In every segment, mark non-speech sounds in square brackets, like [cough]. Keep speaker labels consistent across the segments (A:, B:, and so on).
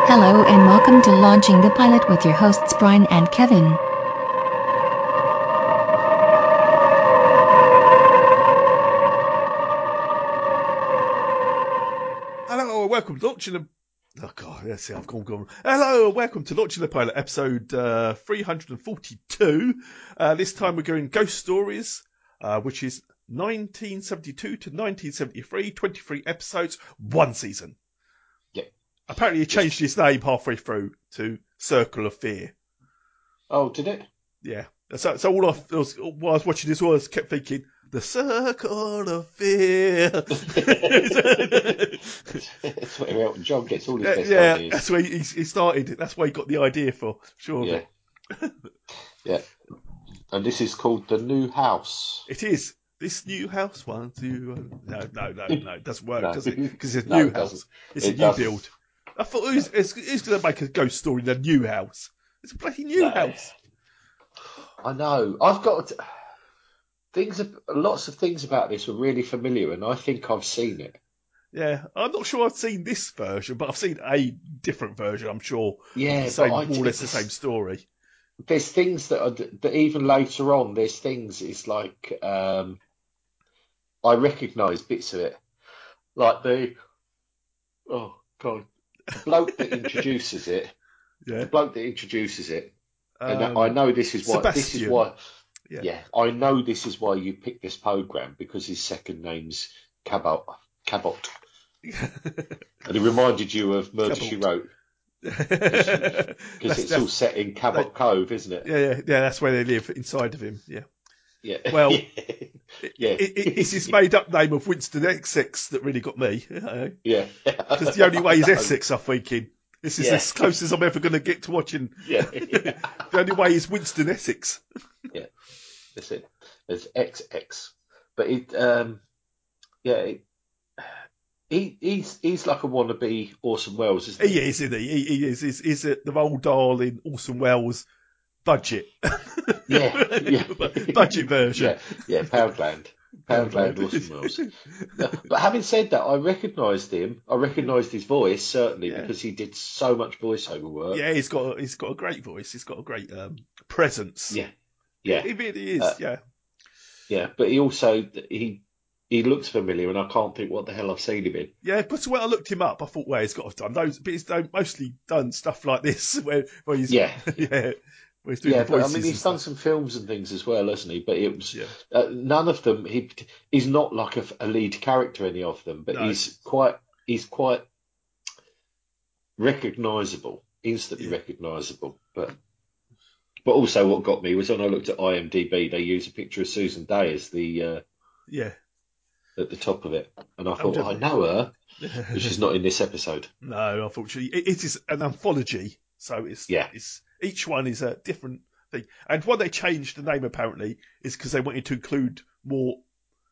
A: Hello and welcome to Launching the Pilot with your hosts Brian and Kevin.
B: Hello and welcome to Launching the. Oh god, let's see, I've gone gone. Hello and welcome to Launching the Pilot, episode uh, 342. Uh, this time we're going Ghost Stories, uh, which is 1972 to 1973, 23 episodes, one season.
C: Yep.
B: Apparently, he changed his name halfway through to Circle of Fear.
C: Oh, did it?
B: Yeah. So, so all I was, while I was watching this, was kept thinking, the Circle of [laughs] Fear.
C: [laughs] That's where Elton John gets all his
B: Yeah,
C: best
B: yeah,
C: ideas.
B: [laughs] that's where he, he started. it. That's where he got the idea for sure.
C: Yeah. [laughs] yeah. And this is called The New House.
B: It is this new house. One, two. uh, No, no,
C: [laughs]
B: no, no. It doesn't work,
C: No.
B: does it? Because it's a
C: No,
B: new
C: it
B: house.
C: doesn't.
B: It's
C: It
B: a new
C: doesn't.
B: build. I thought who's, it's, who's going to make a ghost story in a new house? It's a bloody new
C: No.
B: house.
C: I know. I've got things. ab- Lots of things about this are really familiar, and I think I've seen it.
B: Yeah, I'm not sure I've seen this version, but I've seen a different version. I'm sure.
C: Yeah,
B: the same,
C: but I
B: more or less the
C: think-
B: same story.
C: There's things that are that even later on. There's things. It's like um, I recognise bits of it, like the oh god, the bloke
B: [laughs]
C: that introduces it.
B: Yeah.
C: The bloke that introduces it And
B: Um, [laughs]
C: I know this is why. This is
B: Sebastian.
C: why.
B: Yeah.
C: Yeah. I know this is why you picked this program because his second name's Cabot. Cabot, and it reminded you of Murder She
B: Cabot.
C: Wrote because
B: That's-
C: it's
B: that's-
C: all set in Cabot Cove, isn't it?
B: yeah, yeah, yeah. That's where they live inside of him. Yeah.
C: Yeah.
B: Well,
C: [laughs] yeah. yeah.
B: It, it, it's his made-up name of Winston Essex that really got me. Because
C: yeah.
B: the only
C: [laughs]
B: way is Essex, I'm thinking. This is
C: Yeah.
B: as close as I'm ever going to get to watching.
C: Yeah. [laughs]
B: The only way is Winston Essex.
C: That's it. There's XX, but it. Um, yeah. It, he, he's he's like a wannabe Orson Welles, isn't
B: He is, isn't he? He, he is. He's, he's at the old darling Orson Welles budget.
C: [laughs]
B: [laughs]
C: Yeah, yeah.
B: budget version.
C: Yeah, yeah, Poundland. Poundland, Orson Welles. But having said that, I recognised him. I recognised his voice, certainly,
B: Yeah.
C: because he did so much voiceover work.
B: Yeah, he's got he's got a great voice. He's got a great um, presence.
C: Yeah. Yeah,
B: he really is.
C: Uh,
B: yeah,
C: yeah. But he also, he he looks familiar, and I can't think what the hell I've seen him in.
B: Yeah, because when I looked him up, I thought, well, he's got to have done those, but he's done, mostly done stuff like this, [laughs] where, where he's
C: Yeah.
B: yeah, where he's doing
C: Yeah,
B: the
C: but I
B: voices.
C: mean,
B: and
C: he's done
B: stuff.
C: some films and things as well, hasn't he? But it was
B: Yeah.
C: uh, none of them. He he's not like a, a lead character any of them, but
B: No.
C: he's quite he's quite recognisable, instantly
B: Yeah.
C: recognisable. But but also, what got me was when I looked at IMDb, they use a picture of Susan Day as the uh, [laughs]
B: Yeah,
C: at the top of it, and I thought
B: don't-
C: I
B: [laughs]
C: know her, but she's not in this episode.
B: no, unfortunately, it, it is an anthology, so it's
C: Yeah.
B: it's each one is a different thing. And why they changed the name apparently is because they wanted to include more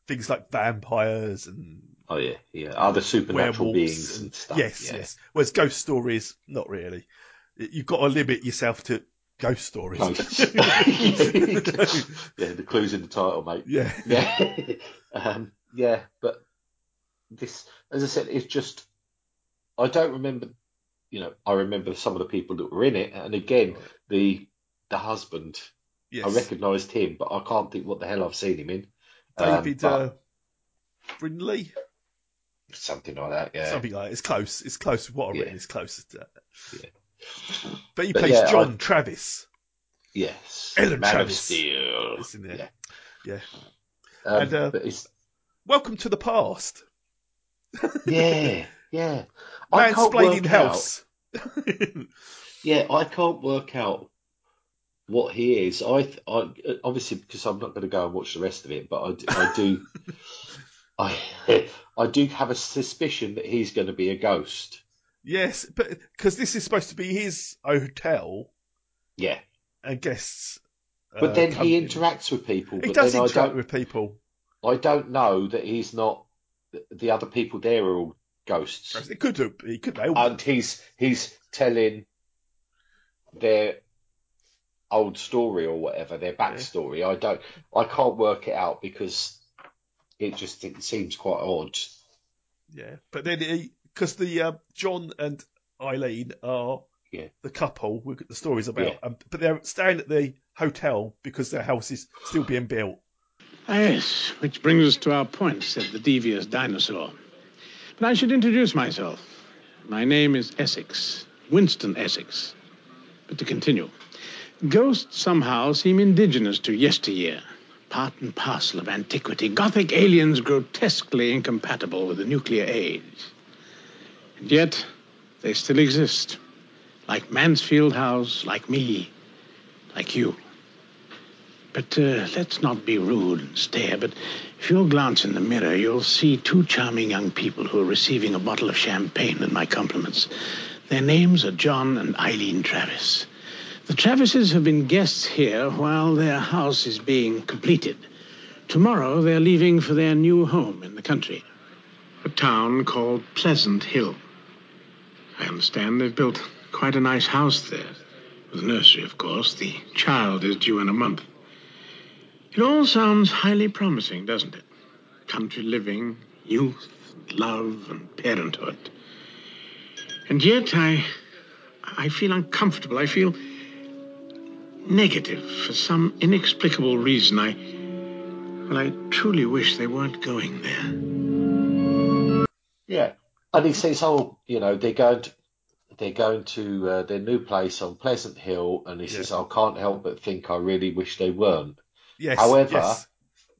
B: things like vampires and
C: Oh yeah, yeah, other supernatural
B: werewolves
C: beings and stuff.
B: Yes,
C: Oh, yeah.
B: yes. Whereas ghost stories, not really. You've got to limit yourself to ghost stories.
C: Close. [laughs] yeah, the clues in the title, mate.
B: [laughs] yeah.
C: Yeah, [laughs] um, yeah, but this, as I said, it's just I don't remember. You know, I remember some of the people that were in it, and again, the the husband,
B: Yes.
C: I recognised him, but I can't think what the hell I've seen him in. Um,
B: David
C: but
B: uh, Brindley,
C: something like that. Yeah,
B: something like that. It's close. It's close. What I've
C: Yeah.
B: written is close. To that.
C: Yeah.
B: But he
C: But
B: plays
C: yeah,
B: John Travis.
C: yes,
B: Ellen
C: Man
B: Travis.
C: of Steel.
B: It's in there.
C: yeah.
B: Yeah.
C: Um,
B: And, uh,
C: but it's
B: Welcome to the past.
C: yeah,
B: [laughs]
C: yeah. I can't
B: Mansplaining
C: work out-
B: house. [laughs]
C: Yeah, I can't work out what he is. I, th- I obviously because I'm not going to go and watch the rest of it, but I, d- I
B: [laughs]
C: do, I, [laughs] I do have a suspicion that he's going to be a ghost.
B: yes, but because this is supposed to be his hotel
C: Yeah,
B: and guests.
C: but
B: uh,
C: then
B: come
C: he
B: in.
C: interacts with people.
B: He
C: but
B: does
C: then I
B: interact
C: don't,
B: with people.
C: I don't know that he's not. th- The other people there are all ghosts,
B: It could have. He could. They all
C: and he's he's telling their old story or whatever their backstory. I don't, I can't work it out because it just it seems quite odd.
B: Yeah, but then because the uh, John and Eileen are
C: Yeah.
B: the couple we the story's about,
C: Yeah.
B: um, but they're staying at the hotel because their house is still being built.
D: Ah, yes, which brings us to our point, said the devious dinosaur. But I should introduce myself. My name is Essex, Winston Essex. But to continue, ghosts somehow seem indigenous to yesteryear, part and parcel of antiquity, Gothic aliens grotesquely incompatible with the nuclear age. And yet, they still exist, like Mansfield House, like me, like you. But uh, let's not be rude and stare. But if you'll glance in the mirror, you'll see two charming young people who are receiving a bottle of champagne and my compliments. Their names are John and Eileen Travis. The Travises have been guests here while their house is being completed. Tomorrow they're leaving for their new home in the country, a town called Pleasant Hill. I understand they've built quite a nice house there, with a nursery, of course. The child is due in a month. It all sounds highly promising, doesn't it? Country living, youth, love, and parenthood. And yet I I feel uncomfortable. I feel negative for some inexplicable reason. I well, I truly wish they weren't going there.
C: Yeah, and he says, "Oh, you know, they're going to they're going to uh, their new place on Pleasant Hill," and he
B: Yeah.
C: says, "I can't help but think I really wish they weren't."
B: Yes.
C: However,
B: yes.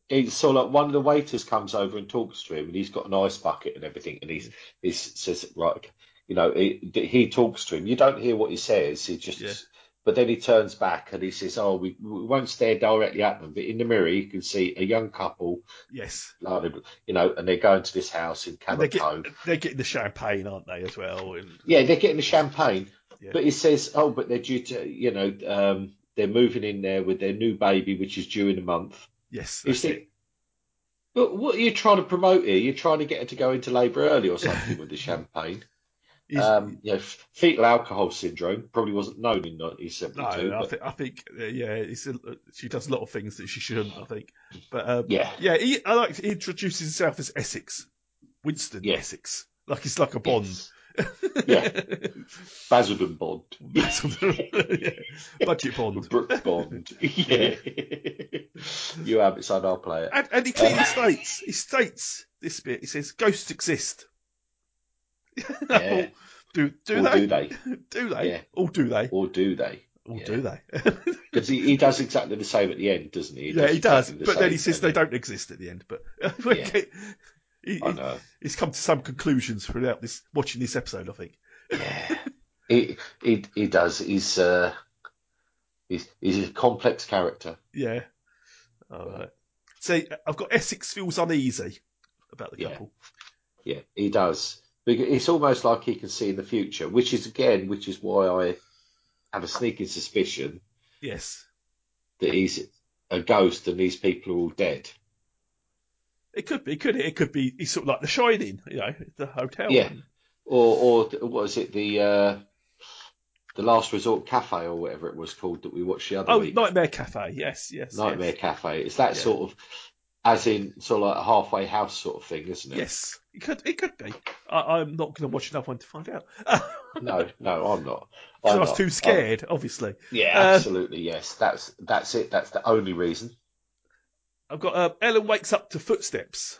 C: It's sort of like one of the waiters comes over and talks to him, and he's got an ice bucket and everything, and he's he says, "Right, you know," he, he talks to him. You don't hear what he says. He just,
B: Yeah.
C: but then he turns back and he says, "Oh, we, we won't stare directly at them, but in the mirror you can see a young couple,
B: yes.
C: like, you know, and they're going to this house in
B: And they
C: Cabot
B: get
C: Cove."
B: they're getting the champagne, aren't they, as well? And
C: Yeah, they're getting the champagne,
B: Yeah.
C: but it says, oh, but they're due to, you know, um, they're moving in there with their new baby, which is due in a month.
B: yes,
C: You
B: that's
C: think,
B: it.
C: but what are you trying to promote here? You're trying to get her to go into labour early or something
B: [laughs]
C: with the champagne.
B: He's-
C: Um, you know, f- fetal alcohol syndrome probably wasn't known in
B: no,
C: 1972.
B: I
C: but
B: think I think uh, yeah, it's a, she does a lot of things that she shouldn't. I think, but um,
C: yeah,
B: yeah, he, I like he introduces himself as Essex, Winston
C: Yeah.
B: Essex, like it's like a Bond.
C: yeah,
B: [laughs]
C: Basildon Bond,
B: Budget
C: [laughs]
B: Bond.
C: Brooke Bond.
B: [laughs]
C: yeah, you have it, son. I'll play it.
B: [laughs] And, and he clearly
C: Uh.
B: states, he states this bit. He says, "Ghosts exist." [laughs]
C: Yeah.
B: do do
C: or
B: they?
C: do they?
B: [laughs] Do they?
C: Yeah.
B: Or do they?
C: Or do they?
B: Or
C: Yeah.
B: do they?
C: Because he, he does exactly the same at the end, doesn't
B: [laughs]
C: he?
B: yeah, he does.
C: exactly the
B: But then
C: same
B: he says
C: at
B: they
C: the end.
B: don't exist at the end. But [laughs] okay. he,
C: I
B: he-
C: know.
B: he's come to some conclusions throughout this watching this episode. I think.
C: Yeah, [laughs] he he he does. He's uh, he's he's a complex character.
B: Yeah. All right. See, I've got Essex feels uneasy about the
C: Yeah.
B: couple.
C: Yeah, he does. Because it's almost like he can see in the future, which is again, which is why I have a sneaking suspicion
B: Yes.
C: that he's a ghost and these people are all dead.
B: It could be, could it? It could be. He's sort of like the Shining, you know, the hotel.
C: Yeah, or or th- what is it the uh, the Last Resort Cafe or whatever it was called that we watched the other
B: Oh,
C: week.
B: Nightmare Cafe. Yes, yes.
C: Nightmare
B: yes.
C: Cafe. It's that
B: Yeah.
C: sort of, as in sort of like a halfway house sort of thing, isn't it?
B: Yes, it could. It could be. I, I'm not going to watch enough one to find out. [laughs]
C: No, no, I'm not.
B: Because
C: I'm
B: I was
C: not.
B: too
C: I'm-
B: scared, obviously.
C: yeah,
B: Uh,
C: absolutely. Yes, that's that's it. That's the only reason.
B: I've got uh, Ellen wakes up to footsteps.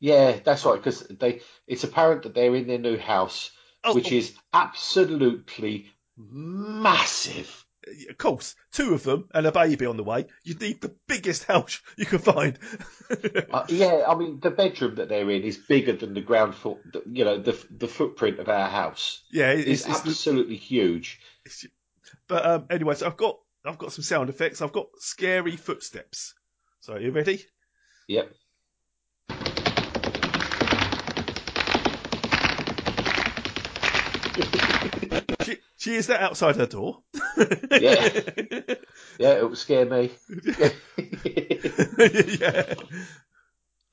C: Yeah, that's right. Because they, it's apparent that they're in their new house,
B: Oh,
C: which
B: oh,
C: is absolutely massive.
B: of course, two of them and a baby on the way. You need the biggest house [laughs] you can find.
C: Uh, yeah, I mean the bedroom that they're in is bigger than the ground foot, the- you know, the the footprint of our house.
B: yeah, it-
C: It's
B: it's, it's,
C: absolutely huge.
B: But um, anyway, so I've got I've got some sound effects. I've got scary footsteps. So are you ready?
C: Yep.
B: She, she is there outside her door. [laughs]
C: Yeah, yeah, it would
B: [laughs]
C: scare me. [laughs]
B: yeah.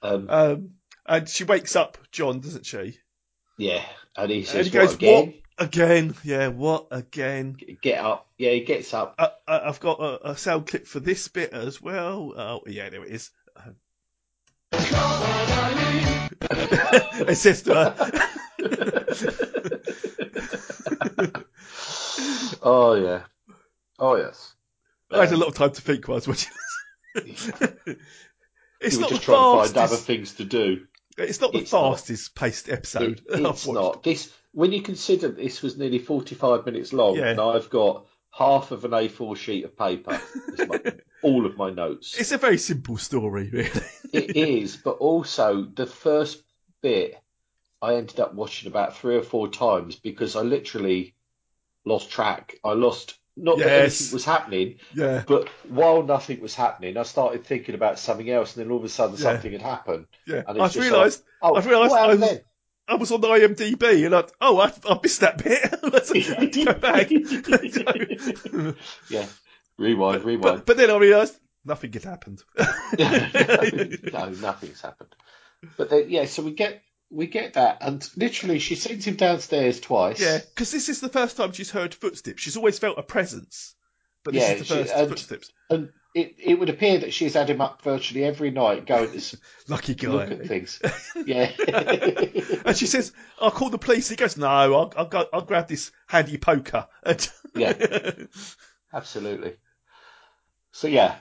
C: Um,
B: Um, and she wakes up John, doesn't she?
C: yeah, and he
B: and
C: says,
B: he
C: "What
B: goes,
C: again?
B: "What again? Yeah, what again?"
C: Get up." Yeah, he gets up.
B: Uh, uh, I've got a, a sound clip for this bit as well. Oh, yeah, there it is. [laughs] it says to her,
C: Oh yeah. Oh yes.
B: [laughs] I had a lot of time to think while I was watching
C: You
B: this. it's
C: were
B: not the
C: just trying to find other
B: fastest.
C: things to do.
B: It's not the
C: It's not.
B: fastest paced episode. [laughs]
C: It- it's
B: I've watched.
C: not this. When you consider this was nearly forty-five minutes long,
B: Yeah.
C: and I've got half of an A4 sheet of paper,
B: [laughs]
C: as my, all of my notes.
B: It's a very simple story, really. [laughs]
C: It is, but also the first bit I ended up watching about three or four times because I literally lost track. I lost not that
B: Yes.
C: anything was happening,
B: Yeah,
C: but while nothing was happening, I started thinking about something else, and then all of a sudden
B: Yeah.
C: something had happened.
B: yeah.
C: And
B: I've
C: it's just
B: realised
C: like, oh,
B: I've realised
C: what
B: I
C: happened
B: was-
C: then?
B: I was on the IMDb and I oh I, I missed that bit. [laughs] I had to go back.
C: [laughs]
B: [laughs] So-
C: Yeah,
B: [laughs]
C: rewind, rewind.
B: but, but then I realised nothing had [laughs] happened.
C: no, nothing's happened. But then, yeah, so we get we get that, and literally she sends him downstairs twice.
B: Yeah, because this is the first time she's heard footsteps. She's always felt a presence, but this
C: Yeah,
B: is the
C: she-
B: first
C: and-
B: footsteps.
C: and it it would appear that she's had him up virtually every night going
B: [laughs]
C: to s-
B: Lucky
C: look at
B: guy. [laughs]
C: things. Yeah, [laughs]
B: and she says, "I'll call the police." He goes, "No, I'll I'll, go, I'll grab this handy poker." [laughs] And
C: yeah, absolutely. So yeah,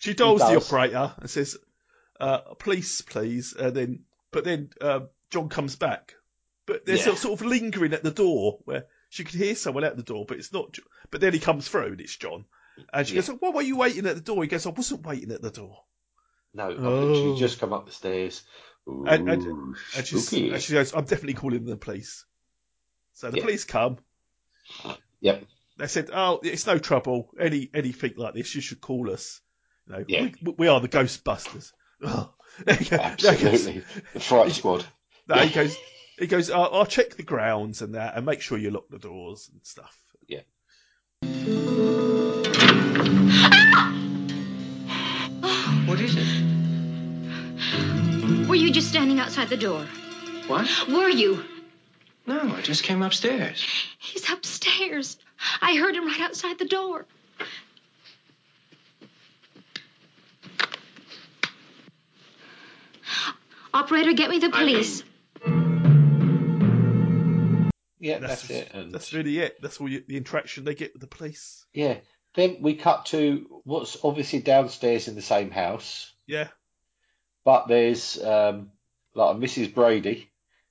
B: she dials the
C: does.
B: operator and says, uh, "Police, please." And then, but then uh, John comes back, but they're
C: Yeah.
B: sort- sort of lingering at the door where she could hear someone at the door, but it's not. Jo- But then he comes through and it's John, and she
C: Yeah.
B: goes, "What were you waiting at the door?" He goes, "I wasn't waiting at the door."
C: no, I've
B: Oh.
C: literally just come up the stairs. Ooh,
B: And- and- And, she's,
C: spooky.
B: [laughs] and she goes, I'm definitely calling the police. So the
C: Yeah.
B: police come.
C: Yep.
B: They said, Oh, it's no trouble. Any anything like this, you should call us. You know,
C: Yeah.
B: we, we are the Ghostbusters. [laughs] Oh.
C: Absolutely,
B: [laughs]
C: the fright squad.
B: No, he goes, he goes I'll, I'll check the grounds and that and make sure you lock the doors and stuff.
E: What is it?
F: Were you just standing outside the door?
E: What?
F: Were you?
E: No, I just came upstairs.
F: He's upstairs. I heard him right outside the door. Operator, get me the police.
C: Yeah,
B: That's,
C: that's, it. And
B: that's really it. That's all you, the interaction they get with the police.
C: yeah, then we cut to what's obviously downstairs in the same house,
B: Yeah.
C: but there's um, like a Mrs. Brady.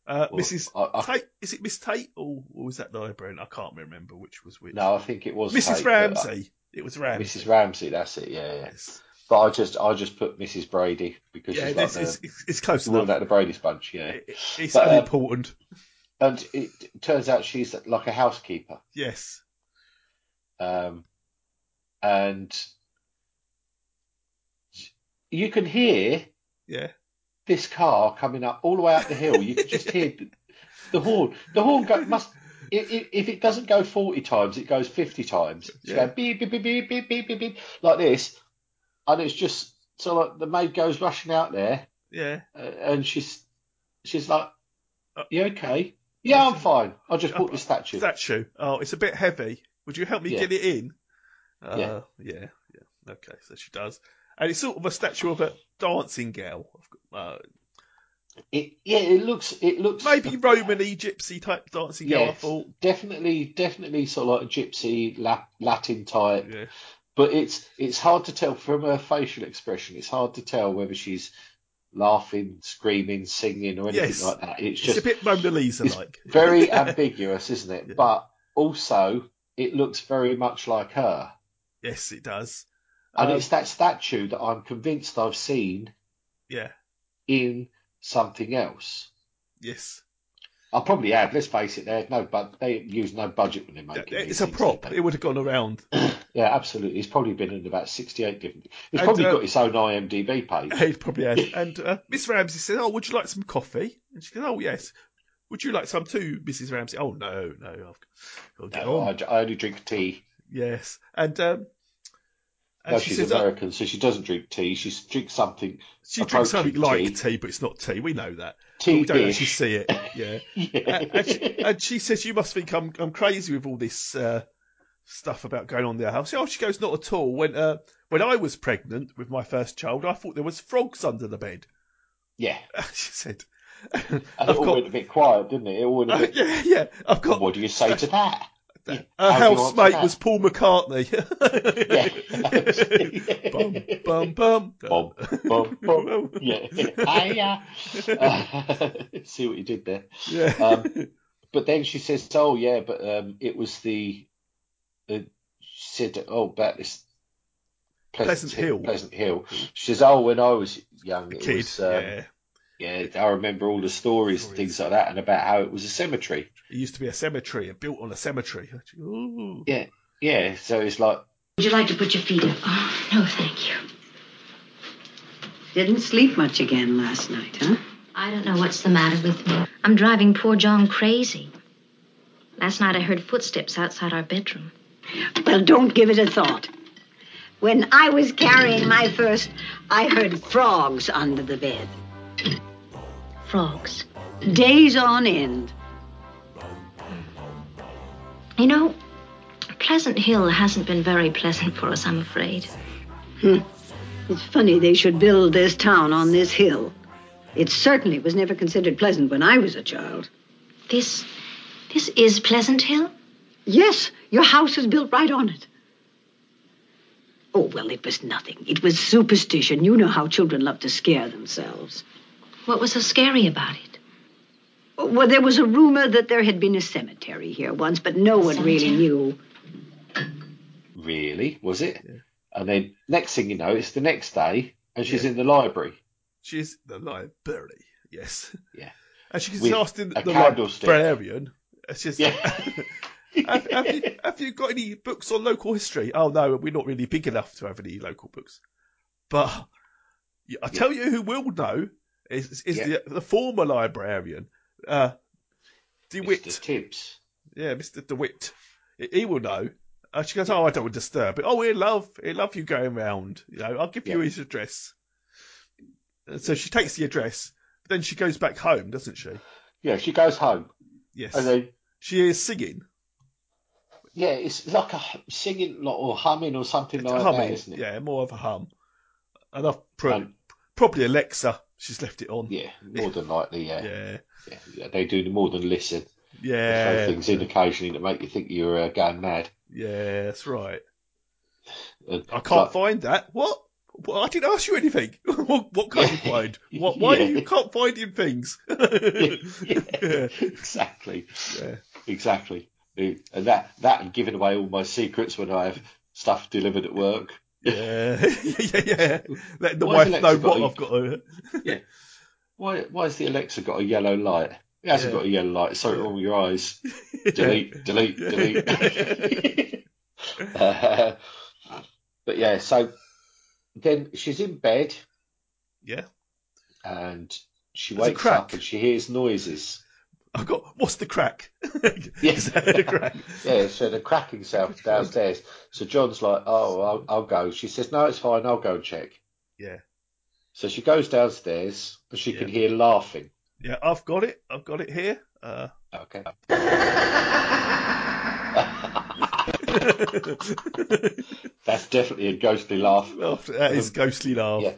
B: Uh,
C: Well,
B: Mrs.
C: I- I-
B: Tate, is it Miss Tate or, or was that Librarian? I can't remember which was which.
C: No, I think it was
B: Mrs.
C: Tate, but I-
B: Ramsey. It was Ramsey.
C: Mrs. Ramsey, that's it. Yeah, yeah.
B: Yes.
C: But I just, I just put Mrs. Brady because
B: Yeah,
C: she's like
B: this
C: the,
B: is, it's, it's close
C: the woman
B: enough.
C: at the Brady's bunch. Yeah,
B: It- It's
C: But, um,
B: unimportant.
C: and it turns out she's like a housekeeper.
B: Yes.
C: Um, and you can hear
B: Yeah.
C: this car coming up all the way up the hill. You can just hear the, the horn. The horn go, must. i- i- If it doesn't go forty times, it goes fifty times. It's
B: Yeah.
C: going beep beep beep beep beep beep beep beep like this, and it's just so like the maid goes rushing out there,
B: Yeah.
C: uh, and she's she's like,
B: Uh,
C: "You okay?
B: [laughs]
C: Yeah, I'm fine. I just
B: Uh, [laughs]
C: bought the statue."
B: Statue. Oh, it's a bit heavy. Would you help me
C: Yeah.
B: get it in? Uh, yeah. Yeah. Okay. So she does. And it's sort of a statue of a dancing girl. Uh,
C: It, yeah, it looks it looks [laughs]
B: maybe Roman Gypsy type dancing girl, I
C: Yes.
B: thought.
C: definitely definitely sort of like a gypsy La- Latin type.
B: Yeah.
C: but it's it's hard to tell from her facial expression. It's hard to tell whether she's laughing, screaming, singing, or anything
B: Yes.
C: like that. It's
B: It's
C: just
B: a bit [laughs] Mona Lisa
C: it's
B: like.
C: very ambiguous, isn't it?
B: Yeah.
C: But also, it looks very much like her,
B: [laughs] Yes, it does.
C: and
B: Um,
C: it's that statue that I'm convinced I've seen
B: yeah.
C: in something else.
B: Yes.
C: I probably have. Let's face it, they had no but they use no budget when they make it.
B: It's a prop. It would have gone around.
C: Yeah, absolutely. It's probably been in about sixty-eight different. It's
B: And,
C: probably
B: uh,
C: got its own IMDb page.
B: He [laughs] probably had. And uh, Miss Ramsey said, "Oh, would you like some coffee?" And she said, "Oh, yes." Would you like some too, Mrs. Ramsey? Oh no, no, I've got to get
C: No,
B: on.
C: Uh, I, I only drink tea.
B: Yes, and um, and
C: no,
B: she
C: she's
B: says oh,
C: American, so she doesn't drink tea. She drinks something.
B: she drinks something
C: approaching
B: like
C: tea.
B: tea, but it's not tea. We know that.
C: Tea
B: we Oh, don't
C: beer. [laughs]
B: actually see it. Yeah, and, and she,
C: Yeah.
B: and she says, "You must think I'm I'm crazy with all this uh, stuff about going on in their house." Oh, she goes, "Not at all. When uh, when I was pregnant with my first child, I thought there was frogs under the bed."
C: [laughs]
B: [laughs]
C: yeah.
B: she said,
C: And
B: I've
C: it all
B: got-
C: went a bit quiet, didn't it? It all went a
B: Uh,
C: bit.
B: yeah, yeah. I've got [laughs]
C: what do you say to that?
B: that.
C: Yeah,
B: Our
C: how do you answer
B: housemate
C: that?
B: was Paul [laughs]
C: [laughs]
B: McCartney. bum, bum, bum.
C: Bob, Bob,
B: [laughs]
C: Bob. Yeah. Hiya. [laughs] Uh, see what you did there.
B: Yeah.
C: Um, But then she says, "Oh yeah, but um, it was the." Uh, she said, "Oh, about this
B: Pleasant Hill.
C: Pleasant Hill." She says, "Oh, when I was young, it
B: Kid.
C: was." Um, yeah.
B: yeah.
C: I remember all the stories, and things like that, and about how it was a cemetery.
B: It used to be a cemetery, and built on a cemetery. Ooh.
C: Yeah, yeah. So it's like,
G: Would you like to put your feet up?
F: Oh, no, thank you.
G: Didn't sleep much again last night, huh?
F: I don't know what's the matter with me. I'm driving poor John crazy. Last night I heard footsteps outside our bedroom.
G: Well, don't give it a thought. When I was carrying my first, I heard frogs under the bed.
F: Frogs.
G: Days on end.
F: You know, Pleasant Hill hasn't been very pleasant for us, I'm afraid.
G: It's funny they should build this town on this hill. It certainly was never considered pleasant when I was a child.
F: This. this is Pleasant Hill?
G: Yes, your house was built right on it. Oh, well, it was nothing. It was superstition. You know how children love to scare themselves.
F: What was so scary about it?
G: Well, there was a rumor that there had been a cemetery here once, but no one really
F: Cemetery?
G: knew.
C: really, was it? And then next thing you know, it's the next day, and she's in the library.
B: She's the library. Yes.
C: Yeah.
B: And she's
C: With
B: asked in the
C: a candlestick.
B: librarian. It's just.
C: Yeah.
B: [laughs] have, have, you, have you got any books on local history? Oh no, we're not really big enough to have any local books. But yeah, I tell you, who will know is, is
C: Yeah.
B: the, the former librarian, uh, DeWitt.
C: Mr. Tibbs.
B: Yeah, Mr. DeWitt. He- He will know. Uh, she goes, oh, I don't want to disturb it. Oh, he'll love, he'll love you going round. You know, I'll give you
C: Yeah.
B: his address. And so she takes the address. But then she goes back home, doesn't she?
C: Yeah, she goes home,
B: Yes.
C: and then
B: She is singing.
C: yeah, it's like a h- singing like, or humming or something like
B: humming.
C: that, isn't it?
B: Yeah, more of a hum. And I've pro-
C: Um,
B: probably Alexa. She's left it on.
C: Yeah, more than likely, yeah. Yeah.
B: Yeah.
C: yeah, They do more than listen. They
B: Yeah.
C: throw things in occasionally that make you think you're uh, going mad.
B: Yeah, that's right.
C: And
B: I can't
C: like-
B: find that. What? Well, I didn't ask you anything. [laughs] what, what can't you find? What, why
C: Yeah.
B: you can't find in things? [laughs]
C: yeah, [laughs] exactly,
B: Yeah.
C: exactly. And that that and giving away all my secrets when I have stuff delivered at work.
B: Yeah, yeah, yeah. Let the
C: Why has
B: wife know
C: Alexa got
B: what
C: a-
B: I've got. [laughs] To...
C: Why why has the Alexa got a yellow light? It hasn't
B: Yeah.
C: got a yellow light. So all your eyes. delete, delete, delete.
B: [laughs]
C: Uh, but yeah, so then she's in bed
B: Yeah.
C: and she
B: There's a
C: wakes up
B: crack.
C: and she hears noises.
B: I got. What's the crack? [laughs]
C: Yes.
B: the crack.
C: Yeah, so the cracking sound downstairs. So John's like, "Oh, I'll, I'll go." She says, "No, it's fine. I'll go and check."
B: Yeah.
C: So she goes downstairs, and she can hear laughing.
B: Yeah, I've got it. I've got it here. Uh... [laughs]
C: Okay. [laughs] That's definitely a ghostly laugh.
B: After that is ghostly laugh.
C: Um, Yeah.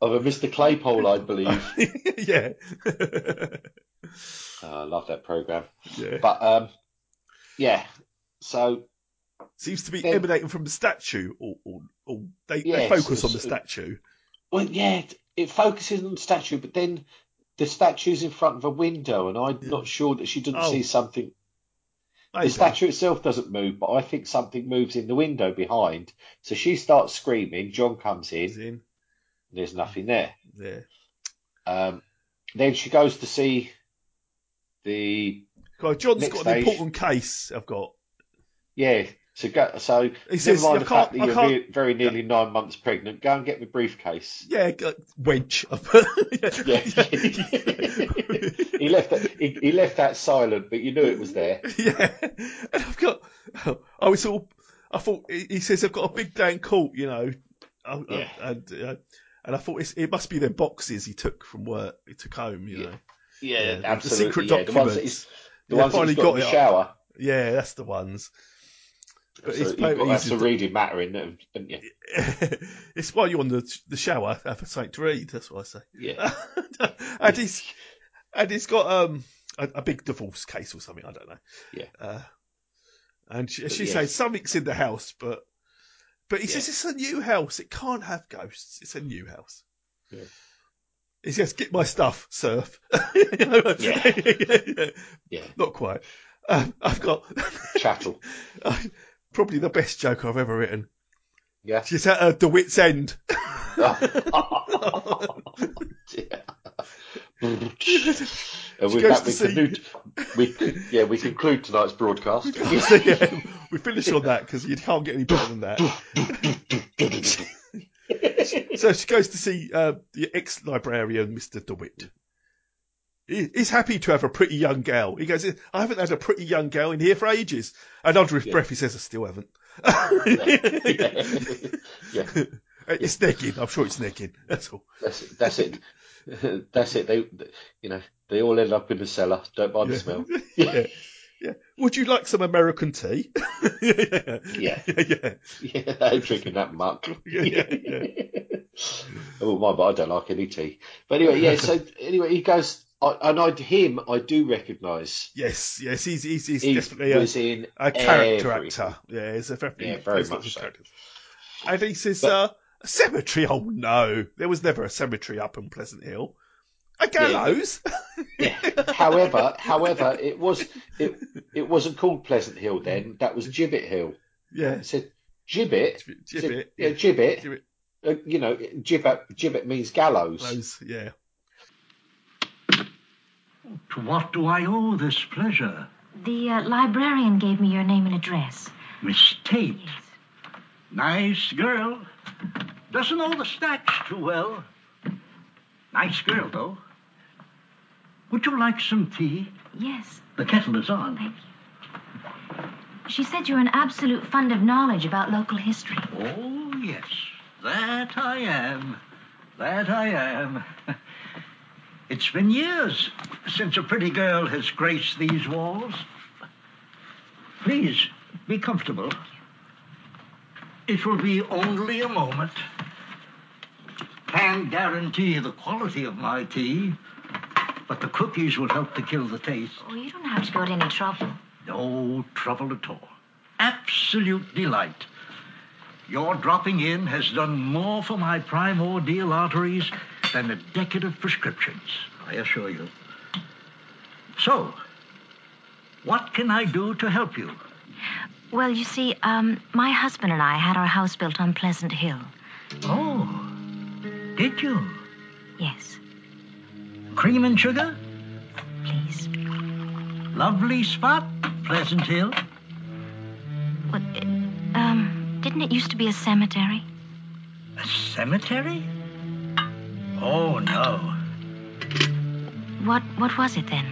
C: Of a Mr. Claypole, I believe.
B: [laughs] yeah.
C: Oh, I love that program.
B: yeah.
C: But um, yeah. So
B: Seems to be
C: then-
B: emanating from the statue, or, or, or they, they
C: Yes,
B: focus on the
C: it's-
B: statue.
C: well, yeah, it- it focuses on the statue, but then the statue's in front of a window, and I'm not sure that she didn't
B: Oh.
C: see something.
B: Maybe.
C: The statue itself doesn't move, but I think something moves in the window behind. So she starts screaming. John comes in.
B: Is in.
C: There's nothing there.
B: Yeah.
C: Um, then she goes to see the
B: God, John's
C: Next
B: got an
C: stage.
B: important case. I've got.
C: yeah. So go, so never
B: says,
C: mind
B: "I
C: the fact that
B: can't- I
C: you're
B: can't-
C: ve- very nearly nine months pregnant. Go and get my briefcase.
B: [laughs] Yeah, g- wench. [laughs]
C: Yeah. he left that he, he left that silent, but you knew it was there.
B: [laughs] Yeah, and I've got. I was all. I thought he he says I've got a big day in court, you know, I,
C: Yeah.
B: I, and uh, and I thought it's, it must be their boxes he took from work, he took home, you know. Yeah, the secret
C: The ones that
B: documents.
C: he's, the
B: Yeah,
C: ones that
B: finally
C: he's got,
B: got
C: in the
B: it up.
C: shower.
B: Yeah, that's the ones. But
C: So
B: it's
C: you've got
B: probably
C: that's
B: easy.
C: a
B: To, [laughs]
C: reading matter in there, haven't you?
B: it's while you're on the the shower, have something to read. That's what I say.
C: Yeah.
B: [laughs] and he's and he's got um a, a big divorce case or something. I don't know.
C: Yeah.
B: Uh, And she, she
C: yes.
B: says something's in the house, but but he
C: Yeah.
B: says it's a new house. It can't have ghosts. It's a new house.
C: Yeah.
B: He says, "Get my stuff,
C: [laughs]
B: surf." [laughs]
C: Yeah.
B: Not quite. Um, I've got [laughs]
C: Chattel.
B: probably the best joke I've ever written. [laughs]
C: Yeah. [laughs]
B: She's at uh, the wit's end. [laughs]
C: Yeah. and
B: She
C: with
B: goes
C: that,
B: to
C: we
B: see-
C: conclude. We yeah, we conclude tonight's broadcast.
B: So, [laughs] yeah, we finish on that because you can't get any better than that. [laughs] so she goes to see uh, the ex librarian, Mr. DeWitt. He- He's happy to have a pretty young gal. He goes, I haven't had a pretty young gal in here for ages. And under his
C: Yeah.
B: breath, he says, I still
C: [laughs]
B: haven't.
C: [laughs] yeah.
B: It's necking. I'm sure it's necking. That's all.
C: That's it. That's it. That's it. [laughs] They, you know, they all end up in the cellar. Don't mind the smell.
B: [laughs] Yeah. yeah. Would you like some American tea? [laughs] yeah.
C: Yeah, [laughs]
B: Yeah.
C: yeah, they're drinking that muck.
B: Yeah, yeah, yeah.
C: [laughs] oh my, but I don't like any tea. But anyway,
B: [laughs]
C: yeah. So anyway, he goes, I, and I him I do recognise.
B: Yes, yes. He's, he's, he's
C: He
B: definitely a,
C: was in
B: a character
C: every-
B: actor. Yeah, he's a very,
C: Yeah, very
B: he's got
C: much
B: the
C: so.
B: characters. And he says, uh, a cemetery? Oh, no. There was never a cemetery up in Pleasant Hill. A gallows? [laughs]
C: Yeah. however, [laughs] however, it was it it wasn't called Pleasant Hill then. That was Gibbet Hill.
B: Yeah.
C: It said Gibbet. It said,
B: Gibbet.
C: Yeah,
B: Yeah.
C: Gibbet.
B: Gibbet.
C: Uh, you know, gibbet, gibbet means gallows.
B: Gallows, yeah.
H: To what do I owe this pleasure?
F: The uh, librarian gave me your name and address.
H: Miss Tate. Nice girl. Doesn't know the stats too well. Nice girl, though. Would you like some tea?
F: Yes.
H: The kettle is on.
F: Thank She said you're an absolute fund of knowledge about local history.
H: Oh, yes. That I am. That I am. [laughs] It's been years since a pretty girl has graced these walls. Please, be comfortable. It will be only a moment. Can guarantee the quality of my tea, but the cookies will help to kill the taste.
F: Oh, you don't have to go to any trouble.
H: No trouble at all. Absolute delight. Your dropping in has done more for my primordial arteries than a decade of prescriptions, I assure you. So, what can I do to help you?
F: Well, you see, um, my husband and I had our house built on Pleasant Hill.
H: Oh, did you?
F: Yes,
H: Cream and sugar?
F: please.
H: Lovely spot, Pleasant Hill.
F: What, uh, um, didn't it used to be a cemetery?
H: A cemetery? Oh, no.
F: What, what was it then?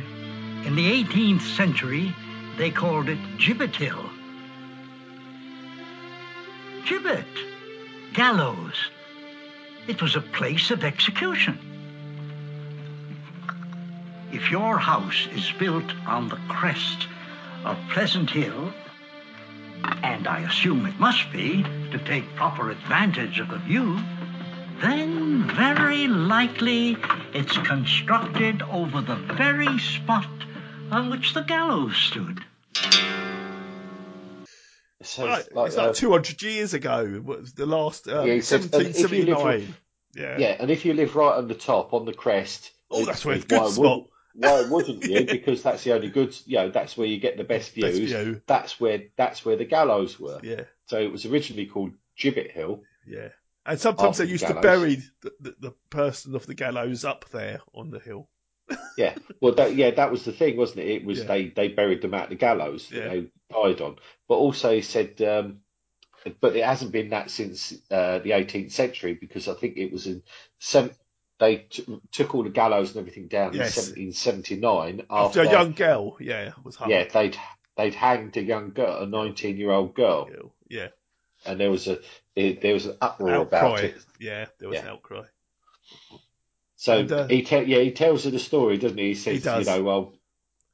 H: In the 18th century, they called it Gibbet Hill. Gibbet. Gallows. It was a place of execution. If your house is built on the crest of Pleasant Hill, and I assume it must be to take proper advantage of the view, then very likely it's constructed over the very spot on which the gallows stood.
C: So
B: Right,
C: it's like,
B: it's like
C: uh,
B: 200 years ago. It was the last, uh,
C: Yeah, he said, and if you live
B: 1779. Yeah.
C: yeah, and if you live right on the top, on the crest,
B: Oh, that's where it's
C: why
B: good
C: would-
B: spot.
C: Why wouldn't you? Because that's the only good. You know, that's where you get the best
B: Best
C: views.
B: view.
C: That's where that's where the gallows were.
B: Yeah,
C: So it was originally called Gibbet Hill.
B: yeah. And sometimes
C: After
B: they used to
C: gallows.
B: bury the, the, the person of the gallows up there on the hill.
C: Yeah, well, that, yeah, that was the thing, wasn't it? It was
B: Yeah.
C: they they buried them at the gallows that
B: Yeah.
C: they died on. But also he said, um, but it hasn't been that since uh, the 18th century because I think it was in seven. They t- took all the gallows and everything down
B: Yes.
C: in 1779
B: After,
C: after,
B: a young girl, yeah, was hung.
C: yeah they'd they'd hanged a young girl, a 19 year old girl,
B: Girl, Yeah,
C: and there was a it, there was an uproar about
B: outcry.
C: it.
B: Yeah, there was
C: Yeah.
B: an outcry.
C: So
B: And, uh,
C: he te- yeah he tells her the story, doesn't he? He says,
B: does.
C: you know, well,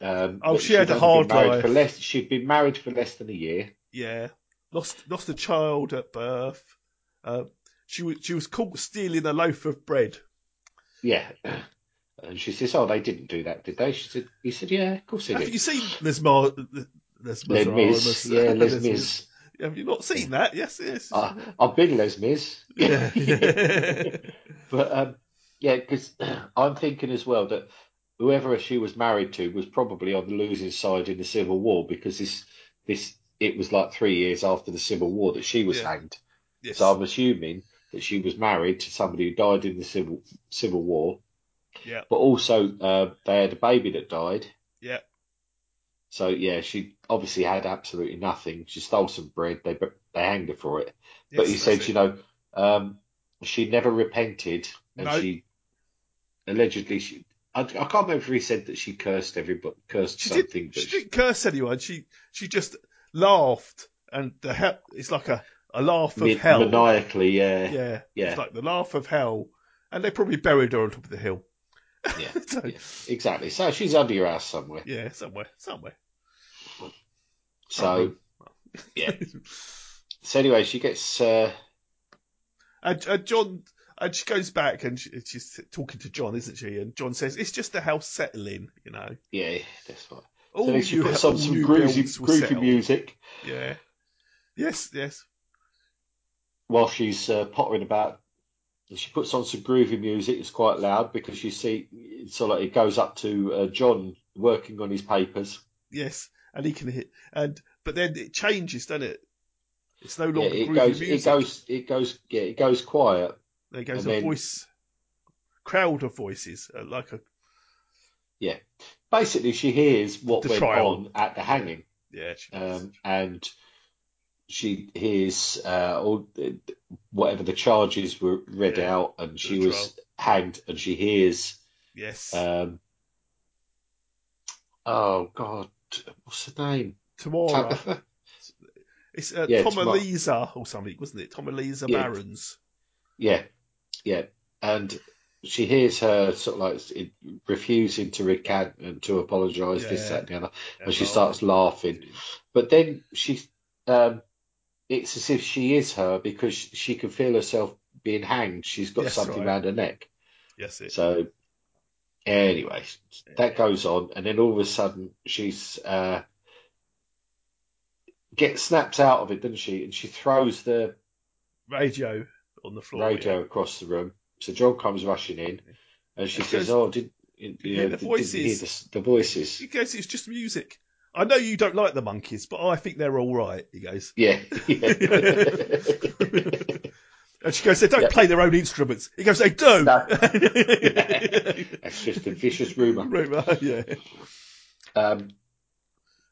C: um,
B: Oh,
C: that
B: she had a
C: only
B: hard
C: been married
B: life.
C: For less, she'd been married for less than a year.
B: Yeah, lost lost a child at birth. Uh, she was she was caught stealing a loaf of bread.
C: Yeah. And she says, "Oh, they didn't do that, did they?" She said, "He said, yeah, of course they
B: Have
C: did."
B: you seen Les Mar- Les
C: Les
B: Miserables.
C: Mis.
B: [laughs]
C: Yeah, Les
B: Mis.
C: Mis.
B: Have you not seen that? Yes, yes. [laughs]
C: I, I've been Les Mis.
B: yeah.
C: But um, yeah, because [clears throat] I'm thinking as well that whoever she was married to was probably on the losing side in the Civil War because this this it was like three years after the Civil War that she was
B: Yeah.
C: hanged.
B: yes.
C: So I'm assuming that she was married to somebody who died in the Civil Civil War.
B: Yeah.
C: But also, uh, they had a baby that died.
B: Yeah.
C: So yeah, she obviously had absolutely nothing. She stole some bread. They bu- they hanged her for it.
B: Yes,
C: but he
B: that's
C: said,
B: it.
C: you know, um, she never repented, and
B: No.
C: she allegedly she. I, I can't remember if he said that she cursed everybody, cursed
B: she
C: something,
B: didn't,
C: but
B: she didn't curse anyone. She she just laughed, and the hell it's like a, a laugh of
C: ma-
B: hell.
C: maniacally, yeah, yeah,
B: Yeah,
C: yeah,
B: it's like the laugh of hell, and they probably buried her on top of the hill. [laughs] So, yeah.
C: yeah, exactly. So she's under your ass somewhere.
B: somewhere, somewhere.
C: So yeah. So anyway, she gets. Uh,
B: [laughs] And, and John, and she goes back and she, she's talking to John, isn't she? And John says, "It's just a house settling, you know.
C: yeah, that's right.
B: All
C: then she
B: new,
C: puts
B: all
C: on some
B: new
C: groovy,
B: bills will
C: groovy
B: settle."
C: music
B: Yeah. Yes, yes,
C: while she's uh, pottering about. And she puts on some groovy music. It's quite loud because you see, it's sort of like it goes up to uh, John working on his papers.
B: yes. And he can hit, and but then it changes, doesn't it? It's no
C: Yeah,
B: longer
C: it
B: groovy
C: goes,
B: music.
C: it goes, it goes, yeah, it goes quiet.
B: There goes
C: And
B: a
C: then-
B: voice, crowd of voices, uh, like a
C: Basically, she hears what
B: The
C: went
B: trial.
C: on at the hanging,
B: yeah, she-
C: um, and she hears uh, all whatever the charges were read
B: Yeah,
C: out, and she
B: the
C: was hanged, and she hears.
B: yes.
C: Um, oh God, what's her name?
B: Tomorrow,
C: Tabitha?
B: it's uh,
C: yeah,
B: Tom
C: Tamara.
B: Elisa or something, wasn't it? Tom Elisa
C: Yeah.
B: Barons.
C: Yeah, yeah, and she hears her sort of like it- refusing to recant and to apologise, this,
B: Yeah.
C: that, and the other, and
B: oh,
C: she starts laughing. But then she, um, it's as if she is her because she can feel herself being hanged. She's got
B: Yes,
C: something
B: right.
C: round her neck.
B: Yes, it.
C: So, anyway, that goes on, and then all of a sudden she's uh, gets snaps out of it, doesn't she? And she throws the
B: radio on the floor.
C: radio across the room. So John comes rushing in, and she
B: And
C: says,
B: goes,
C: "Oh, did you
B: you
C: know,
B: hear the
C: did- did you hear
B: voices?"
C: the, s- the voices?"
B: He goes, it's just music. I know you don't like the monkeys, but I think they're all right. He goes, [laughs]
C: Yeah, yeah.
B: and she goes, they don't
C: Yeah.
B: play their own instruments. He goes, they do. [laughs]
C: No. that's just a
B: [laughs]
C: vicious rumor.
B: Rumour, yeah.
C: Um,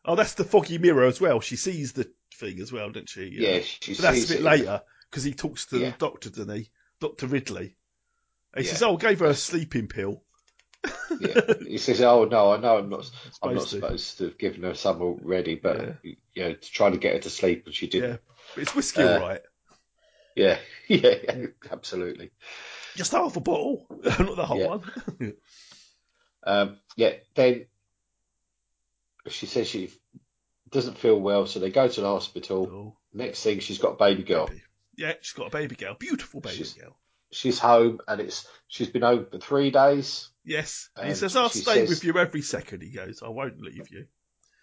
B: Oh, that's the foggy mirror as well. She sees the thing as well, doesn't she?
C: yeah. she
B: But that's
C: sees
B: a bit
C: it.
B: later because he talks to
C: Yeah.
B: the doctor, doesn't he? Doctor Ridley. He
C: Yeah.
B: says, "Oh, I gave her a sleeping pill."
C: Yeah. He says, "Oh no, I know I'm not. I'm not
B: Supposed to.
C: supposed to have given her some already, but you know, to try to get her to sleep, and she
B: Yeah,
C: didn't.
B: but it's whiskey,
C: Uh,
B: all right.
C: Yeah, yeah, [laughs] absolutely.
B: Just half a bottle, [laughs] not the whole
C: yeah.
B: one.
C: Um, yeah. Then she says she doesn't feel well, so they go to the hospital.
B: Oh.
C: Next thing, she's got a baby girl.
B: Yeah, she's got a baby girl, beautiful baby
C: She's-
B: girl.
C: She's home, and it's she's been home for
B: [laughs]
C: three days.
B: Yes, and he
C: Um,
B: says, "I'll
C: she
B: stay
C: says-
B: with you every second. He goes, "I won't leave you."